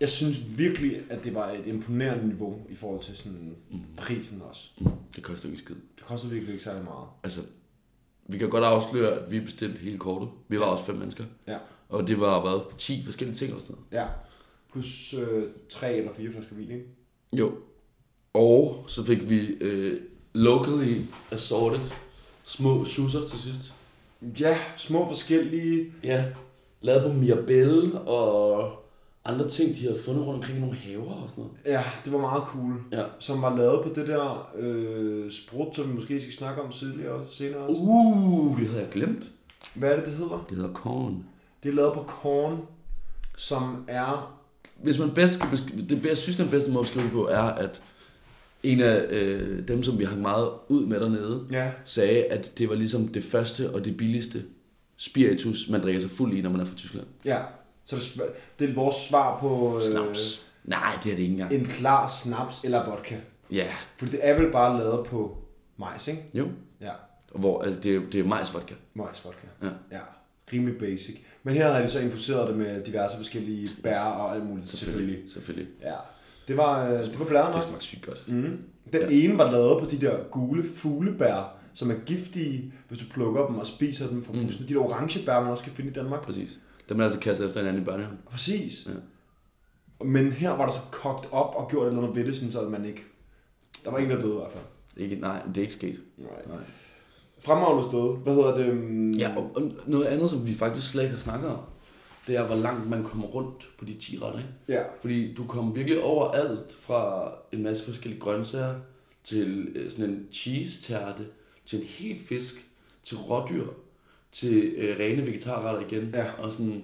jeg synes virkelig, at det var et imponerende niveau i forhold til sådan Mm. prisen også. Det koster jo ikke en skid. Det kostede virkelig ikke særlig meget. Altså, vi kan godt afsløre, at vi bestilte hele kortet. Vi var også fem mennesker. Ja. Og det var, hvad, 10 forskellige ting eller sådan noget. Ja. Plus øh, tre eller fire flasker vin, ikke? Jo. Og så fik vi øh, locally assorted små schusser til sidst. Ja, små forskellige. Ja, lavet på Mirabelle og andre ting, de havde fundet rundt omkring i nogle haver og sådan noget. Ja, det var meget cool. Ja. som var lavet på det der øh, sprut, som vi måske skal snakke om tidligere og senere også. Uh, det havde jeg glemt. Hvad er det, det hedder? Det hedder korn. Det er lavet på korn, som er... Hvis man bedst skal beskrive, det jeg synes, den bedste måde at beskrive det på, er, at en af øh, dem, som vi hang meget ud med dernede, Ja. sagde, at det var ligesom det første og det billigste spiritus, man drikker sig fuld i, når man er fra Tyskland. Ja. Så det, sm- det er vores svar på... Øh, Snaps. Nej, det er det ikke engang. En klar snaps eller vodka. Ja, For det er vel bare lavet på majs, ikke? jo. Ja. Hvor, altså, det, er- det er majsvodka. Majsvodka. Ja. ja. Rimelig basic. Men her havde de så infuseret det med diverse forskellige bær og alt muligt, selvfølgelig. Selvfølgelig. Selvfølgelig. Ja. Det var, øh, det var Det bladret nok. smagte sygt godt. Mm. Den ja. ene var lavet på de der gule fuglebær, som er giftige, hvis du plukker dem og spiser dem fra bussen. Mm. De der orange bær, man også kan finde i Danmark. Præcis. Dem er altså kastet efter hinanden i børnehaven. Præcis. Ja. Men her var der så kogt op og gjort et eller andet ved det, sådan så at man ikke... Der var ingen, der døde i hvert fald. Ikke, nej, det er ikke sket. Nej. Nej. Fremragende sted. Hvad hedder det? Mm, Ja, og, og noget andet, som vi faktisk slet ikke har snakket om, det er, hvor langt man kommer rundt på de 10 retter, ikke? Ja. Fordi du kommer virkelig over alt fra en masse forskellige grøntsager, til øh, sådan en cheese-tærte, til en hel fisk, til rådyr, til øh, rene vegetarretter igen. Ja. Og sådan,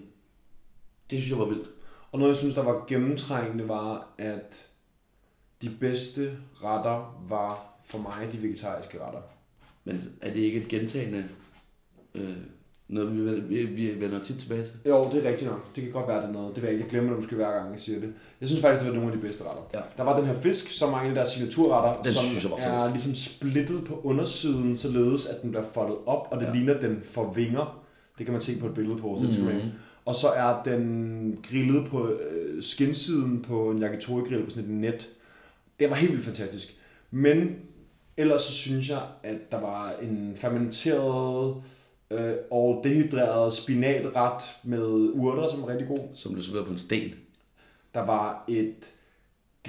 det synes jeg var vildt. Og noget, jeg synes, der var gennemtrængende, var, at de bedste retter var for mig de vegetariske retter. Men altså, er det ikke et gentagende øh, noget, vi, vender- vi, vi vender tit tilbage til? Jo, det er rigtigt nok. Det kan godt være, det er noget. Det ved jeg ikke. Jeg glemmer det måske hver gang, jeg siger det. Jeg synes faktisk, det var nogle af de bedste retter. Ja. Der var den her fisk, som er en af deres signaturretter, Den som synes jeg var fed. er ligesom splittet på undersiden, således at den bliver foldet op, og det Ja. ja. ligner, den får vinger. Det kan man se på et billede på vores Instagram. Mhm. Og så er den grillet på øh, skinsiden på en yakitori-grill på sådan et net. Det var helt vildt fantastisk. Men ellers så synes jeg, at der var en fermenteret øh, og dehydreret spinatret med urter, som var rigtig god. Som du serverer på en sten. Der var et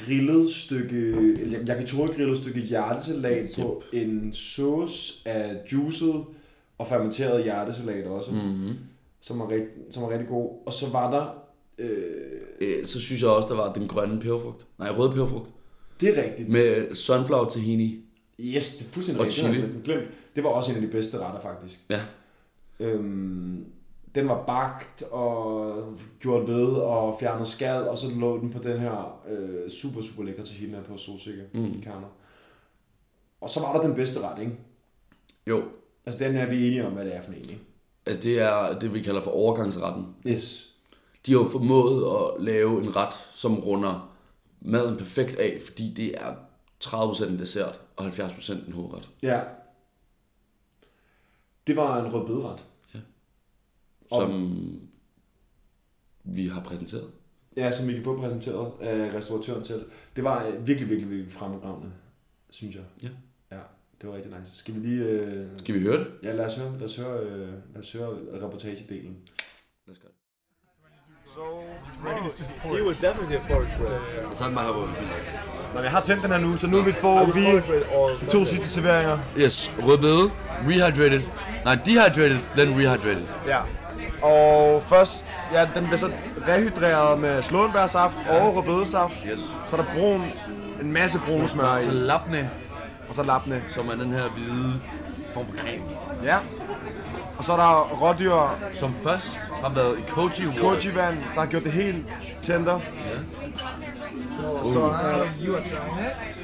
grillet stykke, eller yakitori-grillet stykke hjertesalat på en sauce af juicet og fermenteret hjertesalat også. Mm-hmm. som var, rigt, som var rigtig god. Og så var der... Øh, Øh, så synes jeg også, der var den grønne peberfrugt. Nej, røde peberfrugt. det er rigtigt. Med sunflower tahini. Yes, det er fuldstændig Og rigtigt. Det har jeg chili. næsten glemt. Det var også en af de bedste retter, faktisk. Ja. Øhm, den var bagt og gjort ved og fjernet skal, og så lå den på den her øh, super, super lækre tahini her på solsikker mm. kerner. Og så var der den bedste ret, ikke? Jo, Altså den er vi enige om, hvad det er for en, ikke? altså det er det, vi kalder for overgangsretten. Yes. de har jo formået at lave en ret, som runder maden perfekt af, fordi det er 30% en dessert og 70% en hovedret. Ja. Det var en rødbedret. Som vi har præsenteret. Ja, som vi kan få præsenteret af øh, restauratøren til. Det var øh, virkelig, virkelig, virkelig fremragende, synes jeg. Ja. Ja, det var rigtig nice. Skal vi lige... Øh... Skal vi høre det? Ja, lad os høre, lad os høre, øh, lad os høre reportagedelen. Lad os gøre det. He would definitely afford it. Og så er det bare her, hvor vi finder. Nå, jeg har tændt den her nu, så nu vil vi få vi de to sidste serveringer. Yes, rødbede, rehydrated. Nej, dehydrated, then rehydrated. Ja. Og først, ja, den bliver så rehydreret med slåenbærsaft og rødbedesaft. Yes. Så er der brun, en masse brun smør i, Så lapne, og så lapne. som er den her hvide form for creme, Ja. Og så er der rådyr, som først har været i koji water. koji-vand, der har gjort det helt tender. Og så, øh, Uh, You are trying it.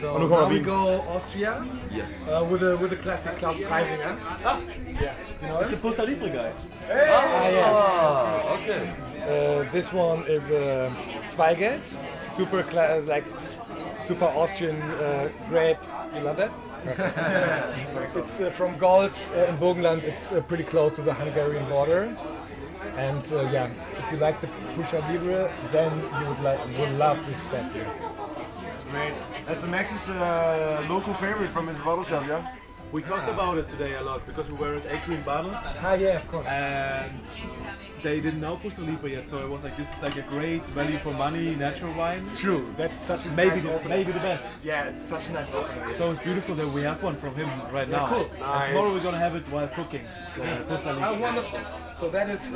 So Og nu kommer now we vin. go Austria Yes. uh, with the with the classic Klaus Preisinger. Yeah, you know it. Costa Rica guy. Ah, okay. Uh, this one is uh, Zweigelt, super cla- like super Austrian uh, grape. You love that? it's uh, from Golz uh, in Burgenland. It's uh, pretty close to the Hungarian border. And uh, yeah, if you like the Pusha Libre, then you would like would love this stuff here. man, that's the Max's uh, local favorite from his bottle shop, yeah? We talked about it today a lot because we were at Acreon Barrel Ah yeah, of course. and they didn't know Costa Rica yet, so I was like, this is like a great value for money natural wine. True. That's such a Maybe nice the, opener. maybe the best. Yeah, it's such a nice opener. So it's beautiful that we have one from him right now. cool. And Tomorrow we're gonna have it while cooking. the Costa How Rica. wonderful. So that is um,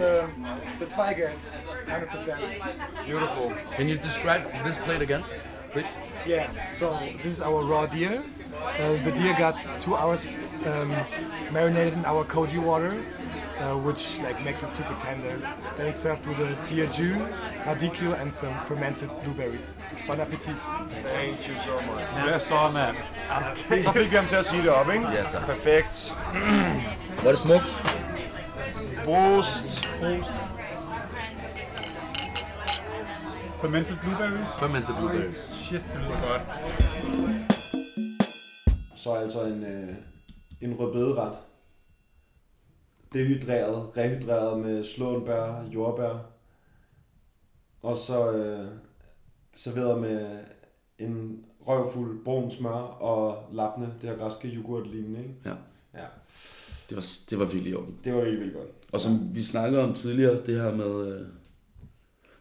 the Zweigelt, 100%. Beautiful. Can you describe this plate again, please? Yeah, so this is our raw deer. Uh, the deer got two hours um, marinated in our koji water, uh, which like makes it super tender. Then it's served with a deer jus, radicchio, and some fermented blueberries. Bon appetit. Thank you so much. Yes, so man. Så fik vi ham til at sige det op, ikke? Ja, tak. Perfekt. Var det smukt? Prost. Fermented blueberries. Fermented blueberries. Shit, det lyder godt. Så altså en, øh, en rødbederet. Dehydreret, rehydreret med slåenbær, jordbær. Og så øh, serveret med en røvfuld brun smør og lappende, det her græske yoghurt lignende, ikke? Ja. ja. Det var, det var virkelig i orden. Det var virkelig, virkelig godt. Og som vi snakkede om tidligere, det her med, øh,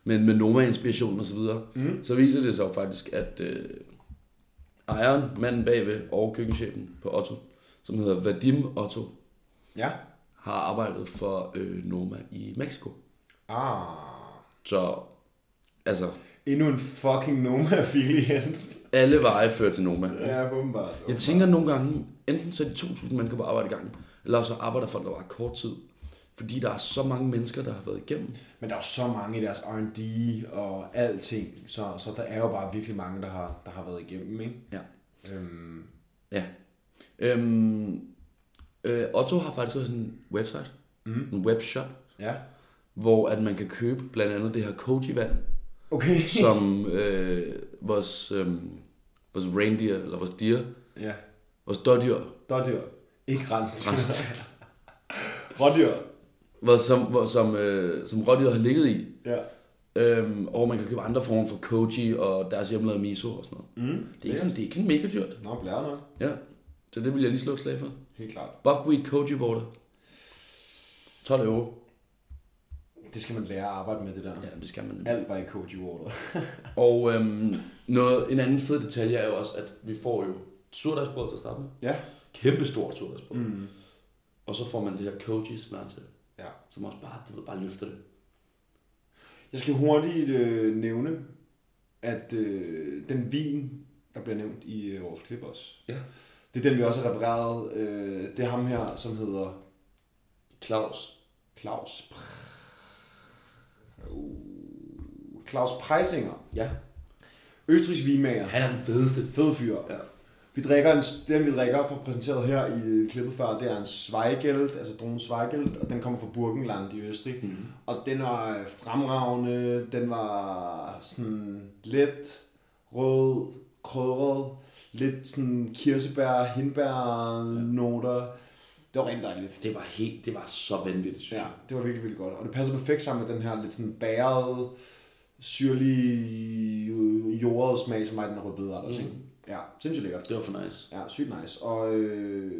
med, med Noma-inspiration og så videre, mm. så viser det sig jo faktisk, at øh, ejeren, manden bagved og køkkenchefen på Otto, som hedder Vadim Otto, Ja. har arbejdet for øh, Noma i Mexico. Ah. Så altså, Endnu en fucking Noma affiliate. alle veje fører til Noma. ja, åbenbart. Jeg tænker nogle gange, enten så er det 2.000 mennesker på arbejde i gangen, eller så arbejder folk der bare kort tid. Fordi der er så mange mennesker, der har været igennem. Men der er jo så mange i deres R&D og alting, så, så der er jo bare virkelig mange, der har, der har været igennem, ikke? Ja. Øhm, Ja. Øhm, øh, Otto har faktisk også en website, mm. en webshop, ja. hvor at man kan købe blandt andet det her koji-vand, Okay. som øh, vores, øh, vores reindeer, eller vores deer, ja. vores dårdyr, Dårdyr. Ikke rensdyr. Rådyr. hvor, som, hvor, som, øh, som rådyr har ligget i. Ja. Øhm, og man kan købe andre former for koji og deres hjemmelavede miso og sådan noget. Mm, det, er ikke sådan, det er ikke sådan mega dyrt. Nå, blære nok. Ja. Så det vil jeg lige slå et slag for. Helt klart. Buckwheat koji water. 12 euro. Det skal man lære at arbejde med, det der. Ja, det skal man nemlig. Alt var i koji water. Og øhm, noget, en anden fed detalje er jo også, at vi får jo surdagsbrød til at starte med. ja. Kæmpe stort surdagsbrød. Mm. Og så får man det her koji smør til. Mm. Ja. Som også bare, du ved, bare løfter det. Jeg skal hurtigt øh, nævne, at øh, den vin, der bliver nævnt i øh, vores klip også, Ja. det er den, vi også har refereret. Øh, det er ham her, som hedder Claus. Claus. Pr- Uh, Claus Preisinger. Ja. Østrigs vinmager. Han er den fedeste. Fed fyr. Ja. Vi drikker en, den, vi drikker for præsenteret her i klippet før, det er en Zweigelt, altså dronen Zweigelt, og den kommer fra Burgenland i Østrig. Mm. Og den var øh, fremragende, den var sådan let rød, krydret, lidt sådan kirsebær, hindbær noter. Det var rigtig dejligt. Det var helt, det var så vanvittigt, synes Ja, jeg. det var virkelig, virkelig godt. Og det passer perfekt sammen med den her lidt sådan bærede, syrlige, øh, jordede smag, som er i den rødbede mm. ikke? Ja, sindssygt lækkert. Det var for nice. Ja, sygt nice. Og øh,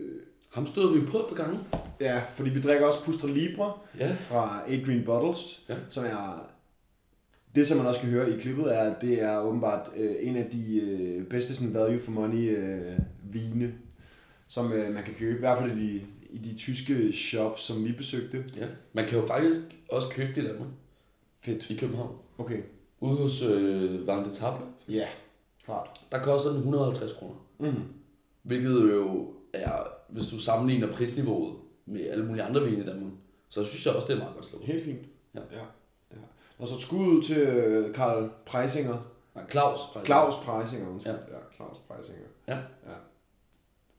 Ham stod vi på et par gange. ja, fordi vi drikker også Pustra Libre Ja. fra Eight Green Bottles, Ja. som er... Det, som man også kan høre i klippet, er, at det er åbenbart øh, en af de øh, bedste sådan, value for money øh, vine, som øh, man kan købe. I hvert fald i de, i de tyske shops, som vi besøgte. ja. Man kan jo faktisk også købe det i Danmark. Fedt. I København. Okay. Ude hos øh, Vande Table. Ja, klart. Der koster den 150 kroner. Mm. Hvilket jo er, hvis du sammenligner prisniveauet med alle mulige andre vine i Danmark, så synes jeg også, det er meget godt slået. Helt fint. Ja. ja. ja. Og så et skud ud til øh, Karl Preisinger. Nej, Claus. faktisk. Claus Preisinger, undskyld. Ja. Ja, Claus Preisinger. Ja. ja.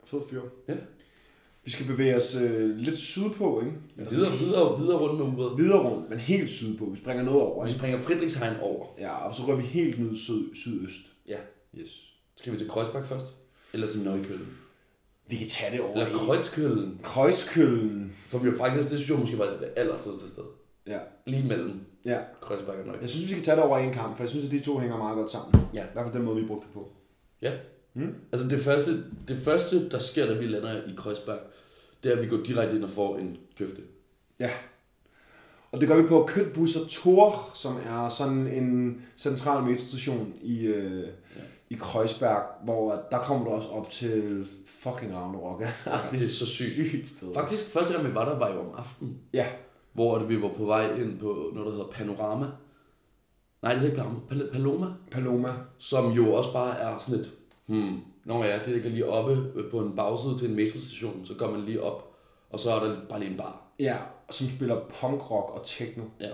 Fed fyr. Ja. Vi skal bevæge os øh, lidt sydpå, ikke? Men videre, videre, videre rundt med uret. Videre rundt, men helt sydpå. Vi springer noget over, Vi ikke? springer Fredrikshain over. Ja, og så går vi helt ned syd, sydøst. Ja. Yes. Skal vi til Kreuzberg først? Eller til Nøjkøllen? Vi kan tage det over. Eller i Kreuzkøllen, Kreuzkøllen. som jo faktisk, det synes jeg måske faktisk er det allerfedeste sted. Ja. Lige mellem ja. Kreuzberg og Jeg Nøjkøllen. synes, vi skal tage det over i en kamp, for jeg synes, at de to hænger meget godt sammen. Ja. I hvert fald den måde, vi brugte det på. Ja. Mm. Altså det første, det første, der sker, da vi lander i Kreuzberg, det er, at vi går direkte ind og får en køfte. Ja. Og det gør vi på Kødbusser Tor, som er sådan en central metrostation i, øh, ja. i Kreuzberg, hvor at der kommer du også op til fucking Ragnarok. Ja, det er så sygt. sygt sted. Faktisk, første gang vi var der, var jo om aftenen, Ja, hvor at vi var på vej ind på noget, der hedder Panorama. Nej, det hedder ikke Panorama. Pal- Paloma. Paloma. Som jo også bare er sådan et, hmm, nå ja, det ligger lige oppe på en bagside til en metrostation, så går man lige op, og så er der bare lige en bar. Ja, som spiller punkrock og techno. Ja.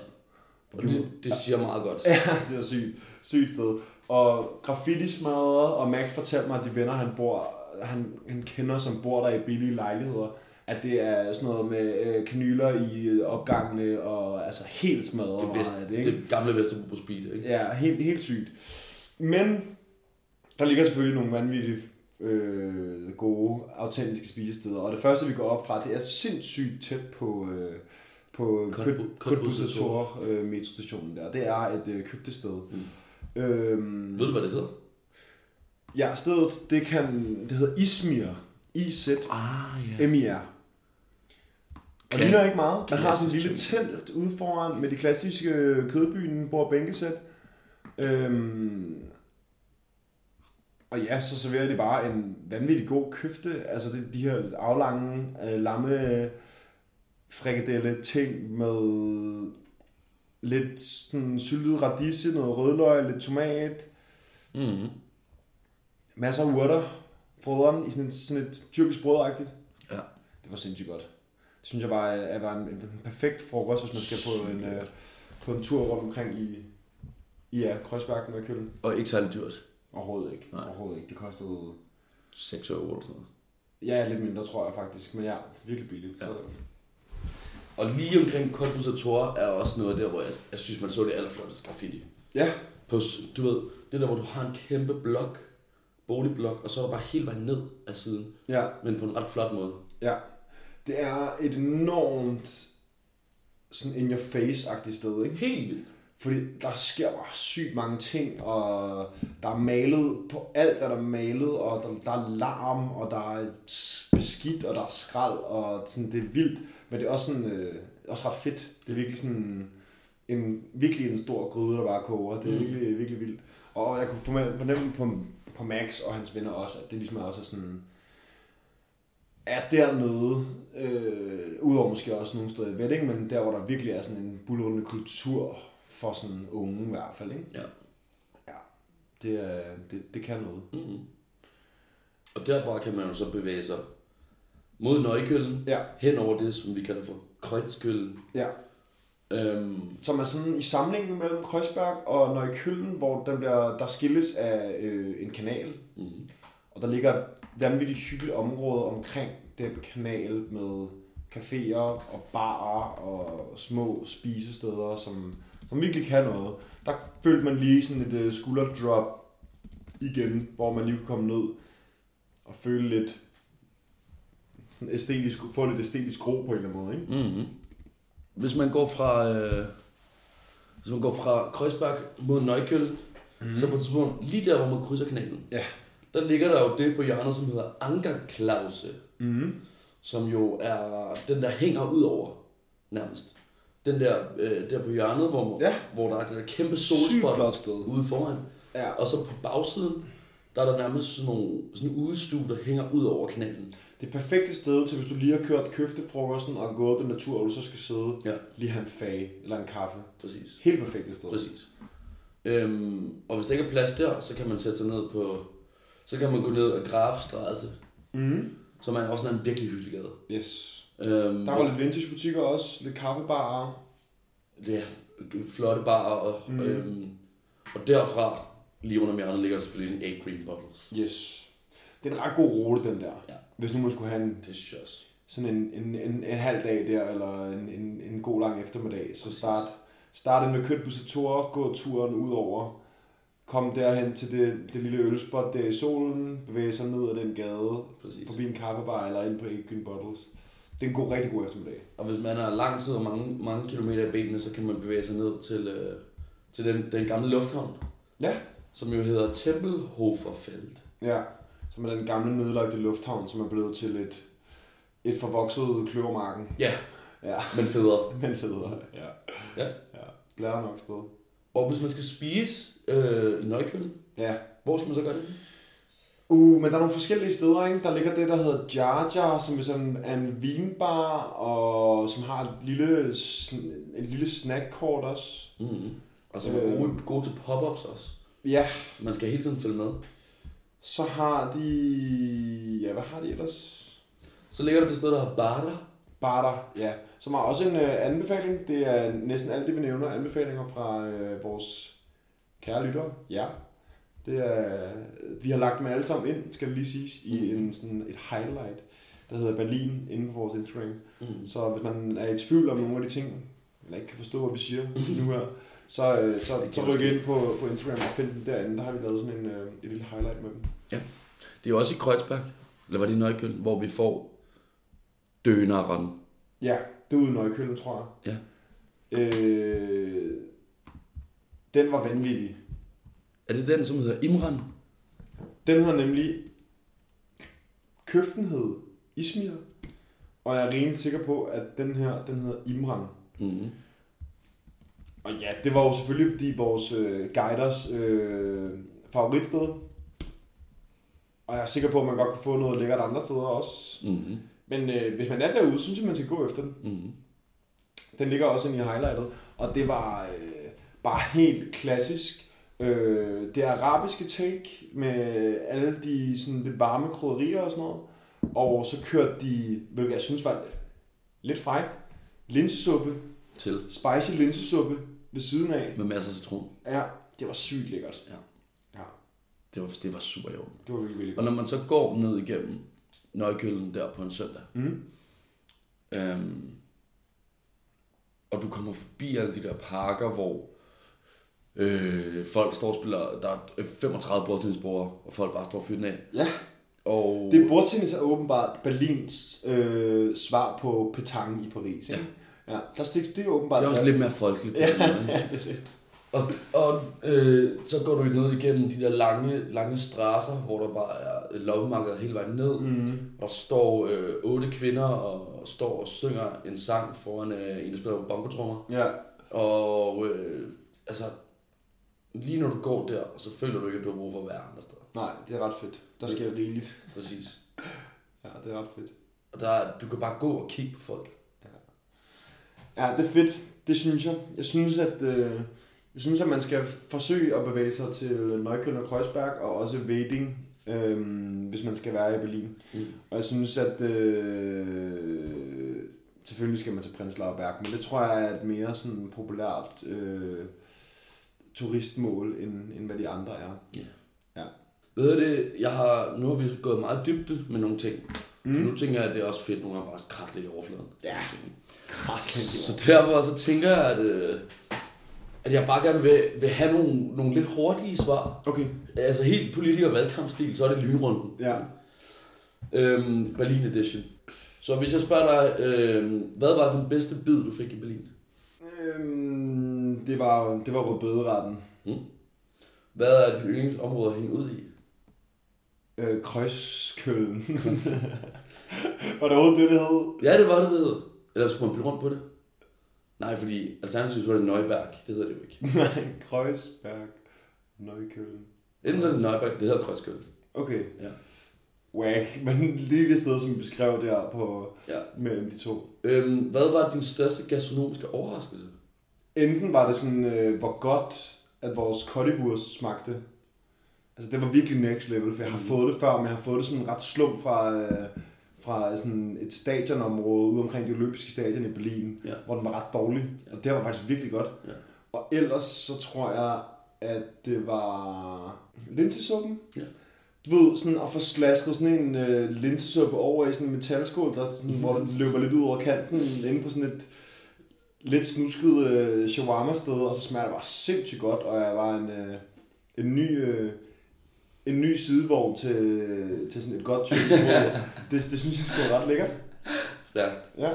Og det, det siger meget godt. Ja, det er sygt. Sygt sted. Og graffiti smadret, og Max fortalte mig, at de venner, han, bor, han, han kender, som bor der i billige lejligheder, at det er sådan noget med øh, kanyler i øh, opgangene, og altså helt smadret Det, er vest, meget af det, det, ikke? det gamle Vesterbro på speed, ikke? Ja, helt, helt sygt. Men der ligger selvfølgelig nogle vanvittige, øh, gode, autentiske spisesteder. Og det første, vi går op fra, det er sindssygt tæt på, øh, på Kotbu- Kotbusser Kødbussator øh, metrostationen der. Det er et øh, købtested. Mm. Øhm, Ved du, hvad det hedder? ja, stedet, det, kan, det hedder Izmir. IZ Ah, ja. MIR. Og det Kla- ligner ikke meget. Man har sådan en klassisk lille telt ude foran med de klassiske øh, kødbyen, bord og bænkesæt. Øhm, og ja, så serverer de bare en vanvittig god køfte. Altså det, de her lidt aflange, øh, lamme øh, frikadelle ting med lidt sådan syltet radise, noget rødløg, lidt tomat, Mm-hmm. masser af urter, brødren i sådan, et- sådan et tyrkisk brødagtigt. Ja. Det var sindssygt godt. Det synes jeg bare er, er en, en perfekt frokost, hvis man skal på en, øh, på en tur rundt omkring i, i ja, Kreuzbergen og Køln. Og ikke særlig dyrt. Overhovedet ikke. Nej. Overhovedet ikke. Det kostede... 6 euro eller sådan noget. Ja, lidt mindre, tror jeg faktisk. Men ja, virkelig billigt. Ja. Så, Og lige omkring Corpus og Tor er også noget der, hvor jeg, jeg synes, man så det allerflotteste graffiti. ja. På, s- du ved, det der, hvor du har en kæmpe blok, boligblok, og så er der bare helt vejen ned af siden, ja, men på en ret flot måde. ja. Det er et enormt sådan in your face-agtigt sted, ikke? Helt vildt. Fordi der sker bare sygt mange ting, og der er malet på alt, er der malet, og der, der er larm, og der er beskidt, og der er skrald, og sådan, det er vildt. Men det er også, sådan, øh, også ret fedt. Det er virkelig sådan en, virkelig en stor gryde, der bare koger. Mm. Det er virkelig, virkelig vildt. Og jeg kunne fornem- fornemme på, på Max og hans venner også, at det ligesom er også sådan, er dernede, øh, udover måske også nogle steder i Vetting, men der, hvor der virkelig er sådan en bullrunde kultur for sådan unge i hvert fald, ikke? Ja. Ja. Det, er, det, det kan noget. Mm. Og derfra kan man jo så bevæge sig mod Nøjkøllen, Ja. hen over det, som vi kalder for Krøjtskøllen. Ja. Øhm, Som er sådan i samlingen mellem Kreuzberg og Nøjkøllen, hvor den bliver, der skilles af øh, en kanal. mm. Og der ligger et vanvittigt hyggeligt område omkring den kanal med caféer og barer og små spisesteder, som, som virkelig kan noget. Der følte man lige sådan et øh, skulderdrop igen, hvor man lige kunne komme ned og føle lidt sådan æstetisk, få lidt æstetisk ro på en eller anden måde, ikke? Mm. Hvis man går fra... Øh, hvis man går fra Kreuzberg mod Nøjkøllen, mm. så på et tidspunkt, lige der, hvor man krydser kanalen, Mm-hmm. Ja. der ligger der jo det på hjørnet, som hedder Ankerklause, Mm. som jo er den, der hænger ud over nærmest. Den der, øh, der på hjørnet, hvor, Ja. hvor der er det der kæmpe Sygt solspot flot sted. ude foran. Ja. Og så på bagsiden, der er der nærmest sådan nogle sådan en udestue, der hænger ud over kanalen. Det perfekte sted til, hvis du lige har kørt køftefrokosten og gået på natur, og du så skal sidde Ja. lige have en fag eller en kaffe. Præcis. Helt perfekte sted. Præcis. Øhm, og hvis der ikke er plads der, så kan man sætte sig ned på... Så kan man gå ned og Grafstraße, Mm. som er også en virkelig hyggelig gade. Yes. Øhm, Der var lidt vintagebutikker også, lidt kaffebarer. Ja, flotte barer. Og, Mhm. mm. øhm, og derfra, lige under hjørnet, ligger der selvfølgelig en 8 Green Bottles. Yes. Det er en ret god rute, den der. Ja. Hvis nu man skulle have en, Det synes jeg også. sådan en, en, en, en halv dag der, eller en, en, en god lang eftermiddag, så Præcis. start, start den med kødbussatorer, gå turen ud over, kom derhen til det, det lille ølspot der i solen, bevæge sig ned ad den gade, Præcis. forbi en kaffebar eller ind på Eight Green Bottles. Det er en god, rigtig god eftermiddag. Og hvis man har lang tid og mange, mange kilometer i benene, så kan man bevæge sig ned til, øh, til den, den gamle lufthavn, Ja. som jo hedder Tempelhoferfeld. Ja, som er den gamle nedlagte lufthavn, som er blevet til et, et forvokset kløvermarken. Ja, Ja, men federe. men federe. Ja. Ja. ja. Blære nok sted. Og hvis man skal spise øh, i Nøjkølen, Ja. hvor skal man så gøre det? Uh, men der er nogle forskellige steder, ikke? Der ligger det, der hedder Jar Jar, som er sådan er en vinbar, og som har et lille, sn- et lille snackcourt også. Mm-hmm. Og så er man Øh. gode, gode til pop-ups også. Ja, Så man skal hele tiden følge med. så har de... Ja, hvad har de ellers? Så ligger der det sted, der hedder Barter. Barter, ja. Som har også en øh, anbefaling. Det er næsten alt det, vi nævner, anbefalinger fra øh, vores kære lyttere. Ja. Det er, øh, vi har lagt dem alle sammen ind, skal det lige siges, i Mhm. en, sådan et highlight, der hedder Berlin, inde på vores Instagram. Mm. Så hvis man er i tvivl om nogle af de ting, eller ikke kan forstå, hvad vi siger nu her, så, øh, så, Mhm. kan så måske. ryk ind på, på Instagram og find dem derinde. Der har vi lavet sådan en, øh, et lille highlight med dem. Det er jo også i Kreuzberg, eller var det i Nøjkølen, hvor vi får døneren. Ja, det er ude i Nøjkølen, tror jeg. Ja. Øh, den var vanvittig. Er det den, som hedder Imran? Den hedder nemlig Køften hed Ismir, og jeg er rimelig sikker på, at den her, den hedder Imran. Mm. Og ja, det var jo selvfølgelig fordi vores øh, guiders øh, favoritsted. Og jeg er sikker på, at man godt kan få noget lækkert andre steder også. Mm. Men øh, hvis man er derude, synes jeg, man skal gå efter den. Mm. Den ligger også inde i highlightet, og det var øh, bare helt klassisk. Øh, det arabiske take med alle de sådan lidt varme krydderier og sådan noget. Og så kørte de, hvilket jeg synes var lidt frækt, linsesuppe, Til. spicy linsesuppe ved siden af. Med masser af citron. Ja, det var sygt lækkert. Ja. Ja, Det var, det var super i orden. det var virkelig, virkelig Og godt. når man så går ned igennem Nøjkølen der på en søndag, Mm. Øhm, og du kommer forbi alle de der parker, hvor øh, folk står og spiller, der er 35 bordtennisbordere, og folk bare står og fyrer den af. Ja, Og det er bordtennis er åbenbart Berlins øh, svar på petanque i Paris. Ikke? Ja. ja. Der stik, det er åbenbart... det er også lidt mere folkeligt. Ja, det er det Og, og øh, så går du ned igennem de der lange, lange strasser, hvor der bare er loppemarkeder hele vejen ned. Mm. Og der står øh, otte kvinder og, og står og synger en sang foran øh, en, der spiller bongotrummer. Ja, Og øh, altså, lige når du går der, så føler du ikke, at du har brug for at være andre steder. nej, det er ret fedt. Der sker rigeligt. Præcis. Ja, det er ret fedt. Og der, er- du kan bare gå og kigge på folk. Ja, det er fedt. Det synes jeg. Jeg synes, at, øh, jeg synes, at man skal forsøge at bevæge sig til Neukölln og Kreuzberg, og også Weding, øh, hvis man skal være i Berlin. Mm. Og jeg synes, at øh, selvfølgelig skal man til Prenzlauer Berg, men det tror jeg er et mere sådan populært øh, turistmål, end, end hvad de andre er. Ved du det, jeg har, nu har vi gået meget dybde med nogle ting. Mm. Så nu tænker jeg, at det er også fedt nogle gange bare at kratte lidt i overfladen. Ja. Så derfor så tænker jeg, at, øh, at jeg bare gerne vil, vil have nogle, nogle lidt hurtige svar. Okay. Altså helt politiker valgkampstil, så er det lynrunden. Ja. Øhm, Berlin Edition. Så hvis jeg spørger dig, øhm, hvad var den bedste bid, du fik i Berlin? Øhm, Øh, det var, det var rødbederetten. Hvad er dit yndlingsområde at hænge ud i? Øh, Krøskøllen. var det overhovedet det, det hed? Ja, det var det, det hed. Eller skulle man blive rundt på det? Nej, fordi alternativt så var det Nøjberg. Det hedder det jo ikke. Nej, Kreuzberg. Nøjkøllen. Enten så er det Nøjberg, det hedder Krøskøl. Okay. Ja. Whack. Men lige det sted, som vi beskrev der på, Ja. mellem de to. Øhm, hvad var din største gastronomiske overraskelse? Enten var det sådan, øh, hvor godt, at vores currywurst smagte. Altså, det var virkelig next level, for jeg har Mm. fået det før, men jeg har fået det sådan ret slum fra, øh, fra sådan et stadionområde ude omkring det olympiske stadion i Berlin, Ja. hvor den var ret dårlig, og det var faktisk virkelig godt. Ja. Og ellers så tror jeg, at det var linsesuppen. Ja. Du ved, sådan at få slasket sådan en øh, linsesuppe over i sådan en metalskål, der Mhm. sådan, hvor den løber lidt ud over kanten, inde på sådan et lidt snusket øh, shawarma-sted, og så smager det bare sindssygt godt, og jeg var en, øh, en ny... Øh, en ny sidevogn til, til sådan et godt tyrkisk brød. det, det synes jeg sgu er ret lækkert. Stærkt. Ja.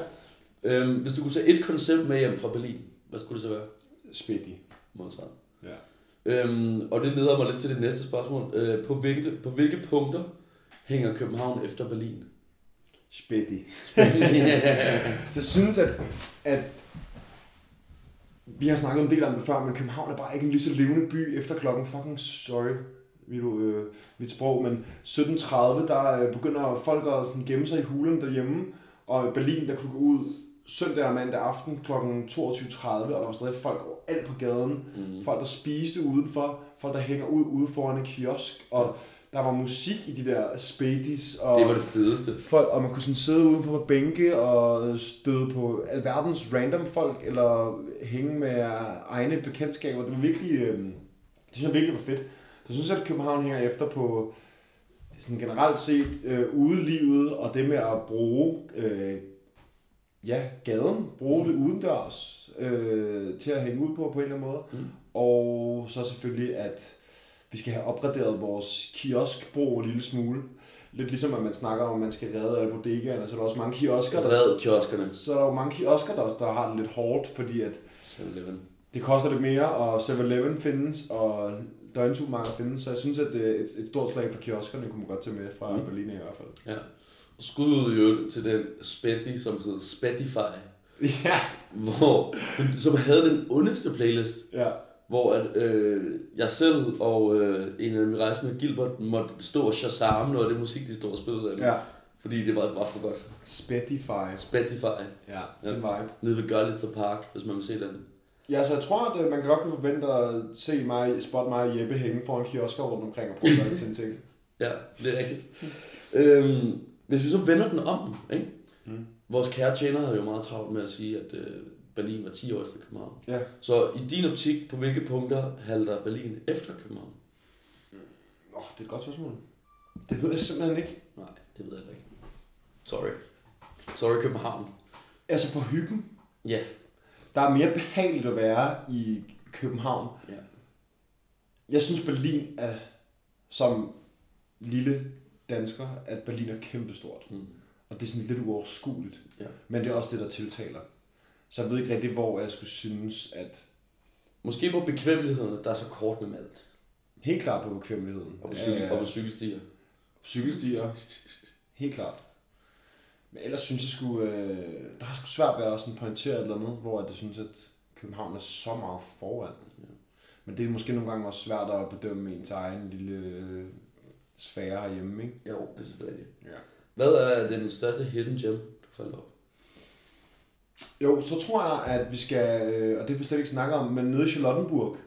Øhm, hvis du kunne tage et koncept med hjem fra Berlin, hvad skulle det så være? Spætti. Montserrat. Ja. Øhm, og det leder mig lidt til det næste spørgsmål. Øh, på, hvilke, på hvilke punkter hænger København efter Berlin? Spætti. Jeg synes, at, at vi har snakket en del om det før, men København er bare ikke en lige så levende by efter klokken. Fucking sorry, mit, øh, mit sprog, men 17.30, der øh, begynder folk at sådan, gemme sig i hulen derhjemme, og i Berlin, der kunne gå ud søndag og mandag aften kl. 22.30, og der var stadig folk overalt på gaden. Mm. Folk, der spiste udenfor, folk, der hænger ud ude foran en kiosk, og der var musik i de der spadies. Og det var det fedeste. folk, og man kunne sådan sidde ude på bænke og støde på alverdens random folk, eller hænge med egne bekendtskaber. Det var virkelig, øh, det synes jeg virkelig var fedt. Så jeg synes, at København hænger efter på sådan generelt set øh, udelivet, og det med at bruge øh, ja, gaden, bruge det udendørs øh, til at hænge ud på på en eller anden måde. Mm. Og så selvfølgelig, at vi skal have opgraderet vores kioskbro en lille smule. Lidt ligesom at man snakker om, at man skal redde alle bodegaerne, så er der også mange kiosker, der, Red kioskerne. så er der jo mange kiosker, der, også, der har det lidt hårdt, fordi at 7-Eleven. det koster lidt mere, og 7-Eleven findes, og døgnsupermarkeder findes, så jeg synes, at øh, et, et stort slag for kioskerne kunne man godt tage med fra mm. Berlin i hvert fald. Ja. Og skud ud i øvrigt til den Spetty, som hed Spotify, Ja, hvor, som havde den ondeste playlist, ja. hvor at, øh, jeg selv og øh, en af dem, vi rejste med, Gilbert, måtte stå og shazam noget af det musik, de stod og spillede derinde. Ja. Fordi det var bare for godt. Spotify. Spotify, Ja, den vibe. nede ved Görlitzer Park, hvis man vil se den. Ja, så jeg tror, at øh, man godt kan forvente at se mig, spot mig og Jeppe hænge foran kiosker rundt omkring og prøve at gøre det til en ting. Ja, det er rigtigt. øhm, hvis vi så vender den om, ikke? Mm. Vores kære tjener havde jo meget travlt med at sige, at øh, Berlin var 10 år efter København. Ja. Så i din optik, på hvilke punkter halter Berlin efter København? Åh, det er et godt spørgsmål. Det ved jeg simpelthen ikke. Nej, det ved jeg da ikke. Sorry. Sorry København. Altså på hyggen, Ja. der er mere behageligt at være i København. ja. Jeg synes Berlin er, som lille dansker, at Berlin er kæmpestort. Mm. Og det er sådan lidt uoverskueligt. Ja. Men det er også det, der tiltaler. Så jeg ved ikke rigtig, hvor jeg skulle synes, at Måske på bekvemmelighederne, der er så kort med alt. helt klart på bekvemmeligheden. Og på, cykel, Ja, og på cykelstier. cykelstier. Helt klart. Men ellers synes jeg sgu, øh, der har sgu svært ved at sådan pointere et eller andet, hvor at jeg synes, at København er så meget foran. Ja. Men det er måske nogle gange også svært at bedømme ens egen lille øh, sfære herhjemme, ikke? Jo, det er selvfølgelig rigtigt. Ja. Hvad er den største hidden gem, du faldt over? Jo, så tror jeg, at vi skal, øh, og det er vi slet ikke snakke om, men nede i Charlottenburg,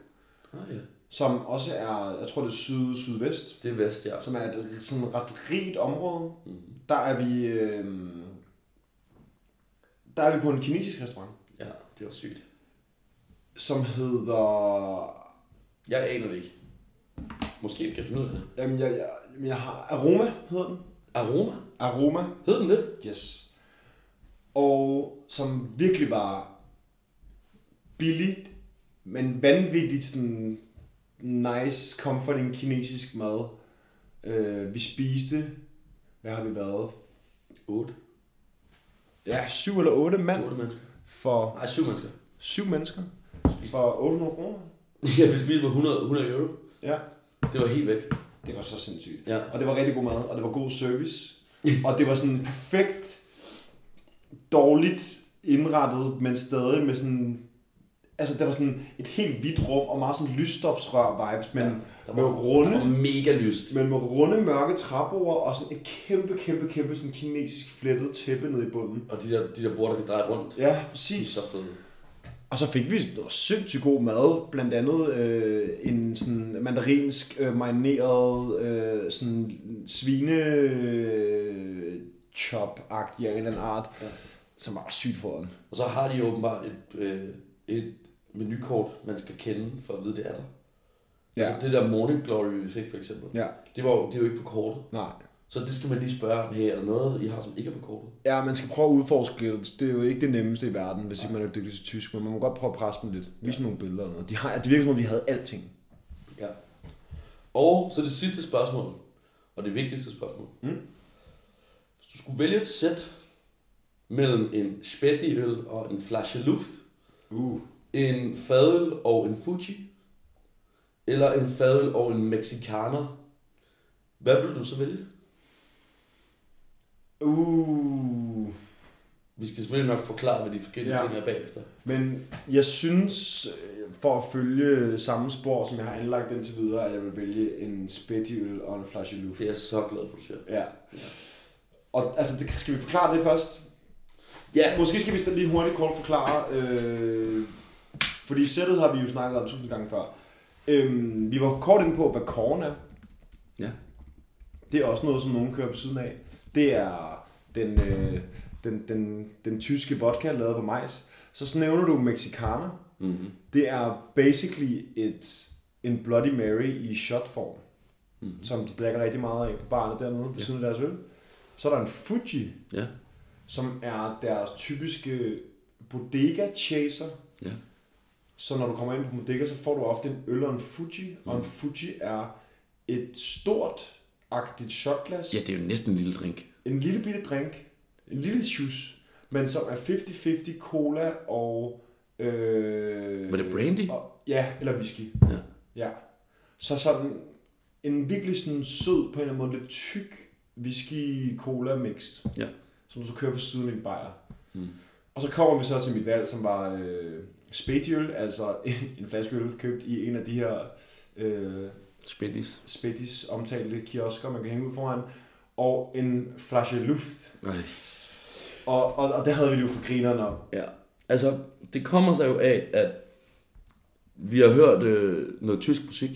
Ah, ja. som også er, jeg tror det er syd, sydvest, Det er vest, ja. som er et sådan ret rigt område, der er vi, øh, der er vi på en kinesisk restaurant, Ja, det var sygt. som hedder Jeg aner det ikke. Måske kan jeg finde ud af det. Jamen, jeg, jeg, jamen, jeg har... Aroma hedder den. Aroma? Aroma, Hed den det? yes. Og som virkelig var billigt, men vanvittigt sådan nice, comforting kinesisk mad. Øh, vi spiste, hvad har vi været? 8. Ja, syv eller otte mand 8 mennesker. for Nej, 7 mennesker. syv mennesker for 800 kroner. Ja, vi spiste på 100, 100 euro. Ja, Det var helt væk. det var så sindssygt. Ja. Og det var rigtig god mad, og det var god service. Og det var sådan perfekt, dårligt indrettet, men stadig med sådan... Altså, der var sådan et helt hvidt rum og meget sådan lysstofsrør-vibes, men, ja, der med var- Det runde, var mega lyst. men med runde mørke træbord og sådan et kæmpe, kæmpe, kæmpe sådan kinesisk flettet tæppe ned i bunden. Og de der, de der bord, der kan dreje rundt. Ja, De er præcis. så fede. Og så fik vi noget sindssygt god mad, blandt andet øh, en sådan mandarinsk øh, marineret øh, sådan svine øh, chop-agtig af en eller anden art, ja. som var sygt for den. Og så har de jo åbenbart et, øh, et menukort, man skal kende for at vide, det er der. Ja. Ja. Altså det der morning glory, vi fik for eksempel. Ja. Det, var, jo- det er jo ikke på kortet. Nej. Så det skal man lige spørge om, hey, er der noget, I har, som ikke er på kortet? Ja, man skal prøve at udforske lidt. Det er jo ikke det nemmeste i verden, hvis ikke man er dygtig til tysk, men man må godt prøve at presse dem lidt. Vise ja. nogle billeder eller noget. De har, det virker som om, de havde alting. Ja. Og så det sidste spørgsmål, og det vigtigste spørgsmål. Mm. Hvis du skulle vælge et sæt mellem en spættiøl og en flaske luft, Uh. en fadøl og en Fuji, eller en fadøl og en mexikaner, hvad vil du så vælge? Uh. Vi skal selvfølgelig nok forklare, hvad de forskellige Ja. ja. ting er bagefter. Men jeg synes, øh, for at følge samme spor, som jeg har anlagt indtil videre, at jeg vil vælge en spættiøl og en flaske luft. Det er jeg så glad for, du siger. Ja. Og altså, det, skal vi forklare det først? Ja, Måske skal vi st- lige hurtigt kort forklare, øh, fordi sættet har vi jo snakket om tusind gange før. Øhm, vi var kort inde på, hvad korn er. Ja. Det er også noget, som nogen kører på siden af. Det er den, øh, den, den, den tyske vodka, lavet på majs. Så nævner du mexikaner. mm-hmm. Det er basically et, en Bloody Mary i shotform, mm. som de drikker rigtig meget af på barnet dernede ved siden af deres øl. Så er der en Fuji, ja. som er deres typiske bodega chaser. Ja. Så når du kommer ind på bodega, så får du ofte en øl og en Fuji, mm. og en Fuji er et stort agtigt shotglas, ja, det er jo næsten en lille drink. en lille bitte drink, en lille juice, men som er 50-50 cola og... Øh, Var det brandy? Og, ja, eller whisky. Ja. Ja. Så sådan en virkelig sådan sød, på en eller anden måde lidt tyk whisky-cola-mix, Ja. som du så kører ved siden af en bajer. Mm. Og så kommer vi så til mit valg, som var øh, spætjøl, altså en flaske øl købt i en af de her øh, Spættis. spættis omtalte kiosker, man kan hænge ud foran, og en flaske luft. Nej. Og, og, og det havde vi det jo for grineren om. Ja, altså det kommer sig jo af, at vi har hørt øh, noget tysk musik.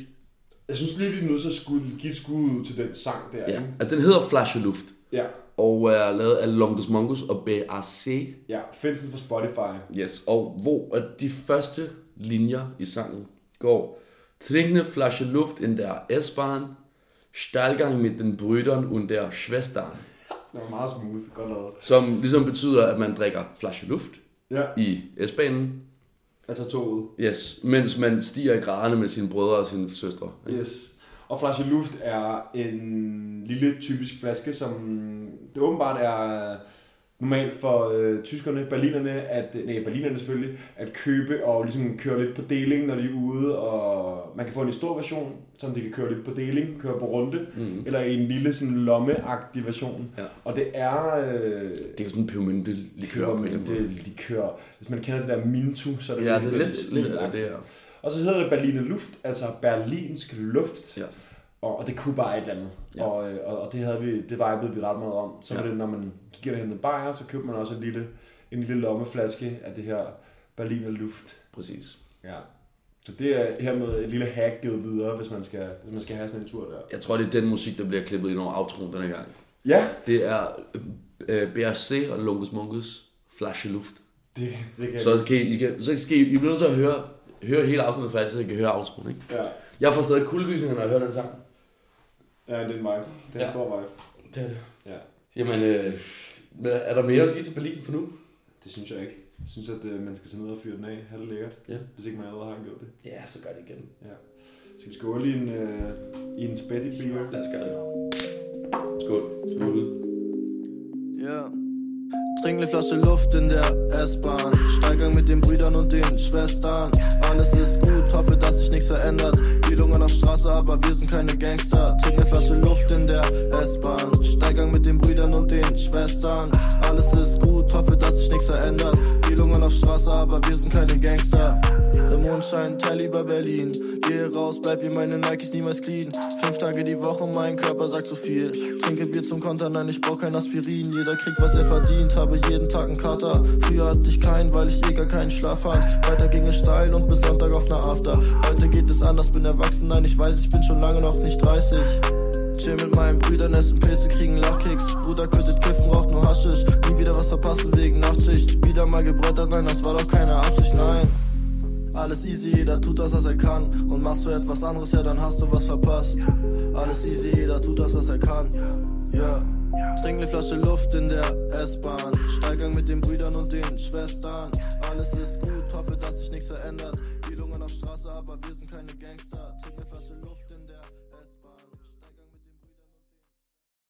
Jeg synes lige, vi er nødt til at skulle, give et skud ud til den sang der. Ja. ikke? Altså den hedder Flash Luft, ja. og er lavet af Longus Mongus og BAC. Ja, find den på Spotify. Yes, og hvor at de første linjer i sangen går Trinkende Flasche Luft in der S-Bahn, Stahlgang mit den Brüdern und der Schwestern, Den var meget smooth, godt lavet. som ligesom betyder, at man drikker Flasche Luft Ja, i S-banen, altså toget. yes, mens man stiger i graderne med sine brødre og sine søstre. Yes. Og flaske luft er en lille typisk flaske, som det åbenbart er normalt for øh, tyskerne, berlinerne, at, øh, nej, berlinerne selvfølgelig, at købe og ligesom køre lidt på deling, når de er ude, og man kan få en lidt stor version, som de kan køre lidt på deling, køre på runde, mm. eller en lille sådan lommeagtig version. Ja. Og det er... Øh, Det er jo sådan en pebermynte likør på en eller anden det måde. likør. Hvis man kender det der Mintu, så er det Ja, lidt det den er lidt, lidt stil. af det her. Og så hedder det Berliner Luft, altså berlinsk luft. Ja. Og, og det kunne bare et eller andet. Ja. Ja. Og, øh, og, og, det havde vi, det vibede vi ret meget om. Så ja. var Ja. det, når man gik ind og hentede bajer, så købte man også et lille, en lille lommeflaske af det her Berliner Luft. Præcis. Ja. Så det er hermed et lille hack givet videre, hvis man skal, hvis man skal have sådan en tur der. Jeg tror, det er den musik, der bliver klippet ind over outroen denne gang. Ja, Det er øh, BRC og Lungus Mungus Flasche Luft. det, det kan Så kan I, I, kan, så skal I, I bliver nødt til at høre, høre hele afsnittet faktisk, så I kan høre outroen, ikke? Ja, Jeg får stadig kuldegysninger, når jeg hører den sang. ja det er en vibe. Det er en Ja. stor vibe. Det er det. Ja. Jamen, øh, men er der mere at sige til Berlin for nu? Det synes jeg ikke. Jeg synes, at øh, man skal tage ned og fyre den af. Ha' det lækkert. Ja. Hvis ikke man allerede har gjort det. Ja, så gør det igen. Ja. Skal vi skåle i en, øh, i en spættig beer? Lad os gøre det. Skål. Skål ud. Ja. Trink ne Flasche Luft in der S-Bahn. Steigang mit den Brüdern und den Schwestern. Alles ist gut, hoffe, dass sich nichts verändert. Die Lungen auf Straße, aber wir sind keine Gangster. Trink ne Flasche Luft in der S-Bahn. Steigang mit den Brüdern und den Schwestern. Alles ist gut, hoffe, dass sich nichts verändert. Die Lungen auf Straße, aber wir sind keine Gangster. Der Mond scheint, teil über Berlin. Gehe raus, bleib wie meine Nikes niemals clean. Fünf Tage die Woche, mein Körper sagt zu viel. Trinke Bier zum Konter, nein, ich brauch kein Aspirin. Jeder kriegt, was er verdient, habe jeden Tag einen Kater. Früher hatte ich keinen, weil ich eh gar keinen Schlaf hatte. Weiter ging es steil und bis Sonntag auf einer After. Heute geht es anders, bin erwachsen, nein, ich weiß, ich bin schon lange noch nicht 30. Chill mit meinen Brüdern, essen Pilze, kriegen Lachkicks. Bruder könntet kiffen, raucht nur Haschisch. Nie wieder was verpassen wegen Nachtschicht. Wieder mal gebrettert, nein, das war doch keine Absicht, nein. Alles easy, jeder tut das, was er kann. Und machst du etwas anderes, ja, dann hast du was verpasst. Alles easy, jeder tut das, was er kann. Ja. Trink ne Flasche Luft in der S-Bahn. Steigang mit den Brüdern und den Schwestern. Alles ist gut, hoffe, dass sich nichts verändert. Die Lungen auf Straße, aber wir sind keine Gangster. ne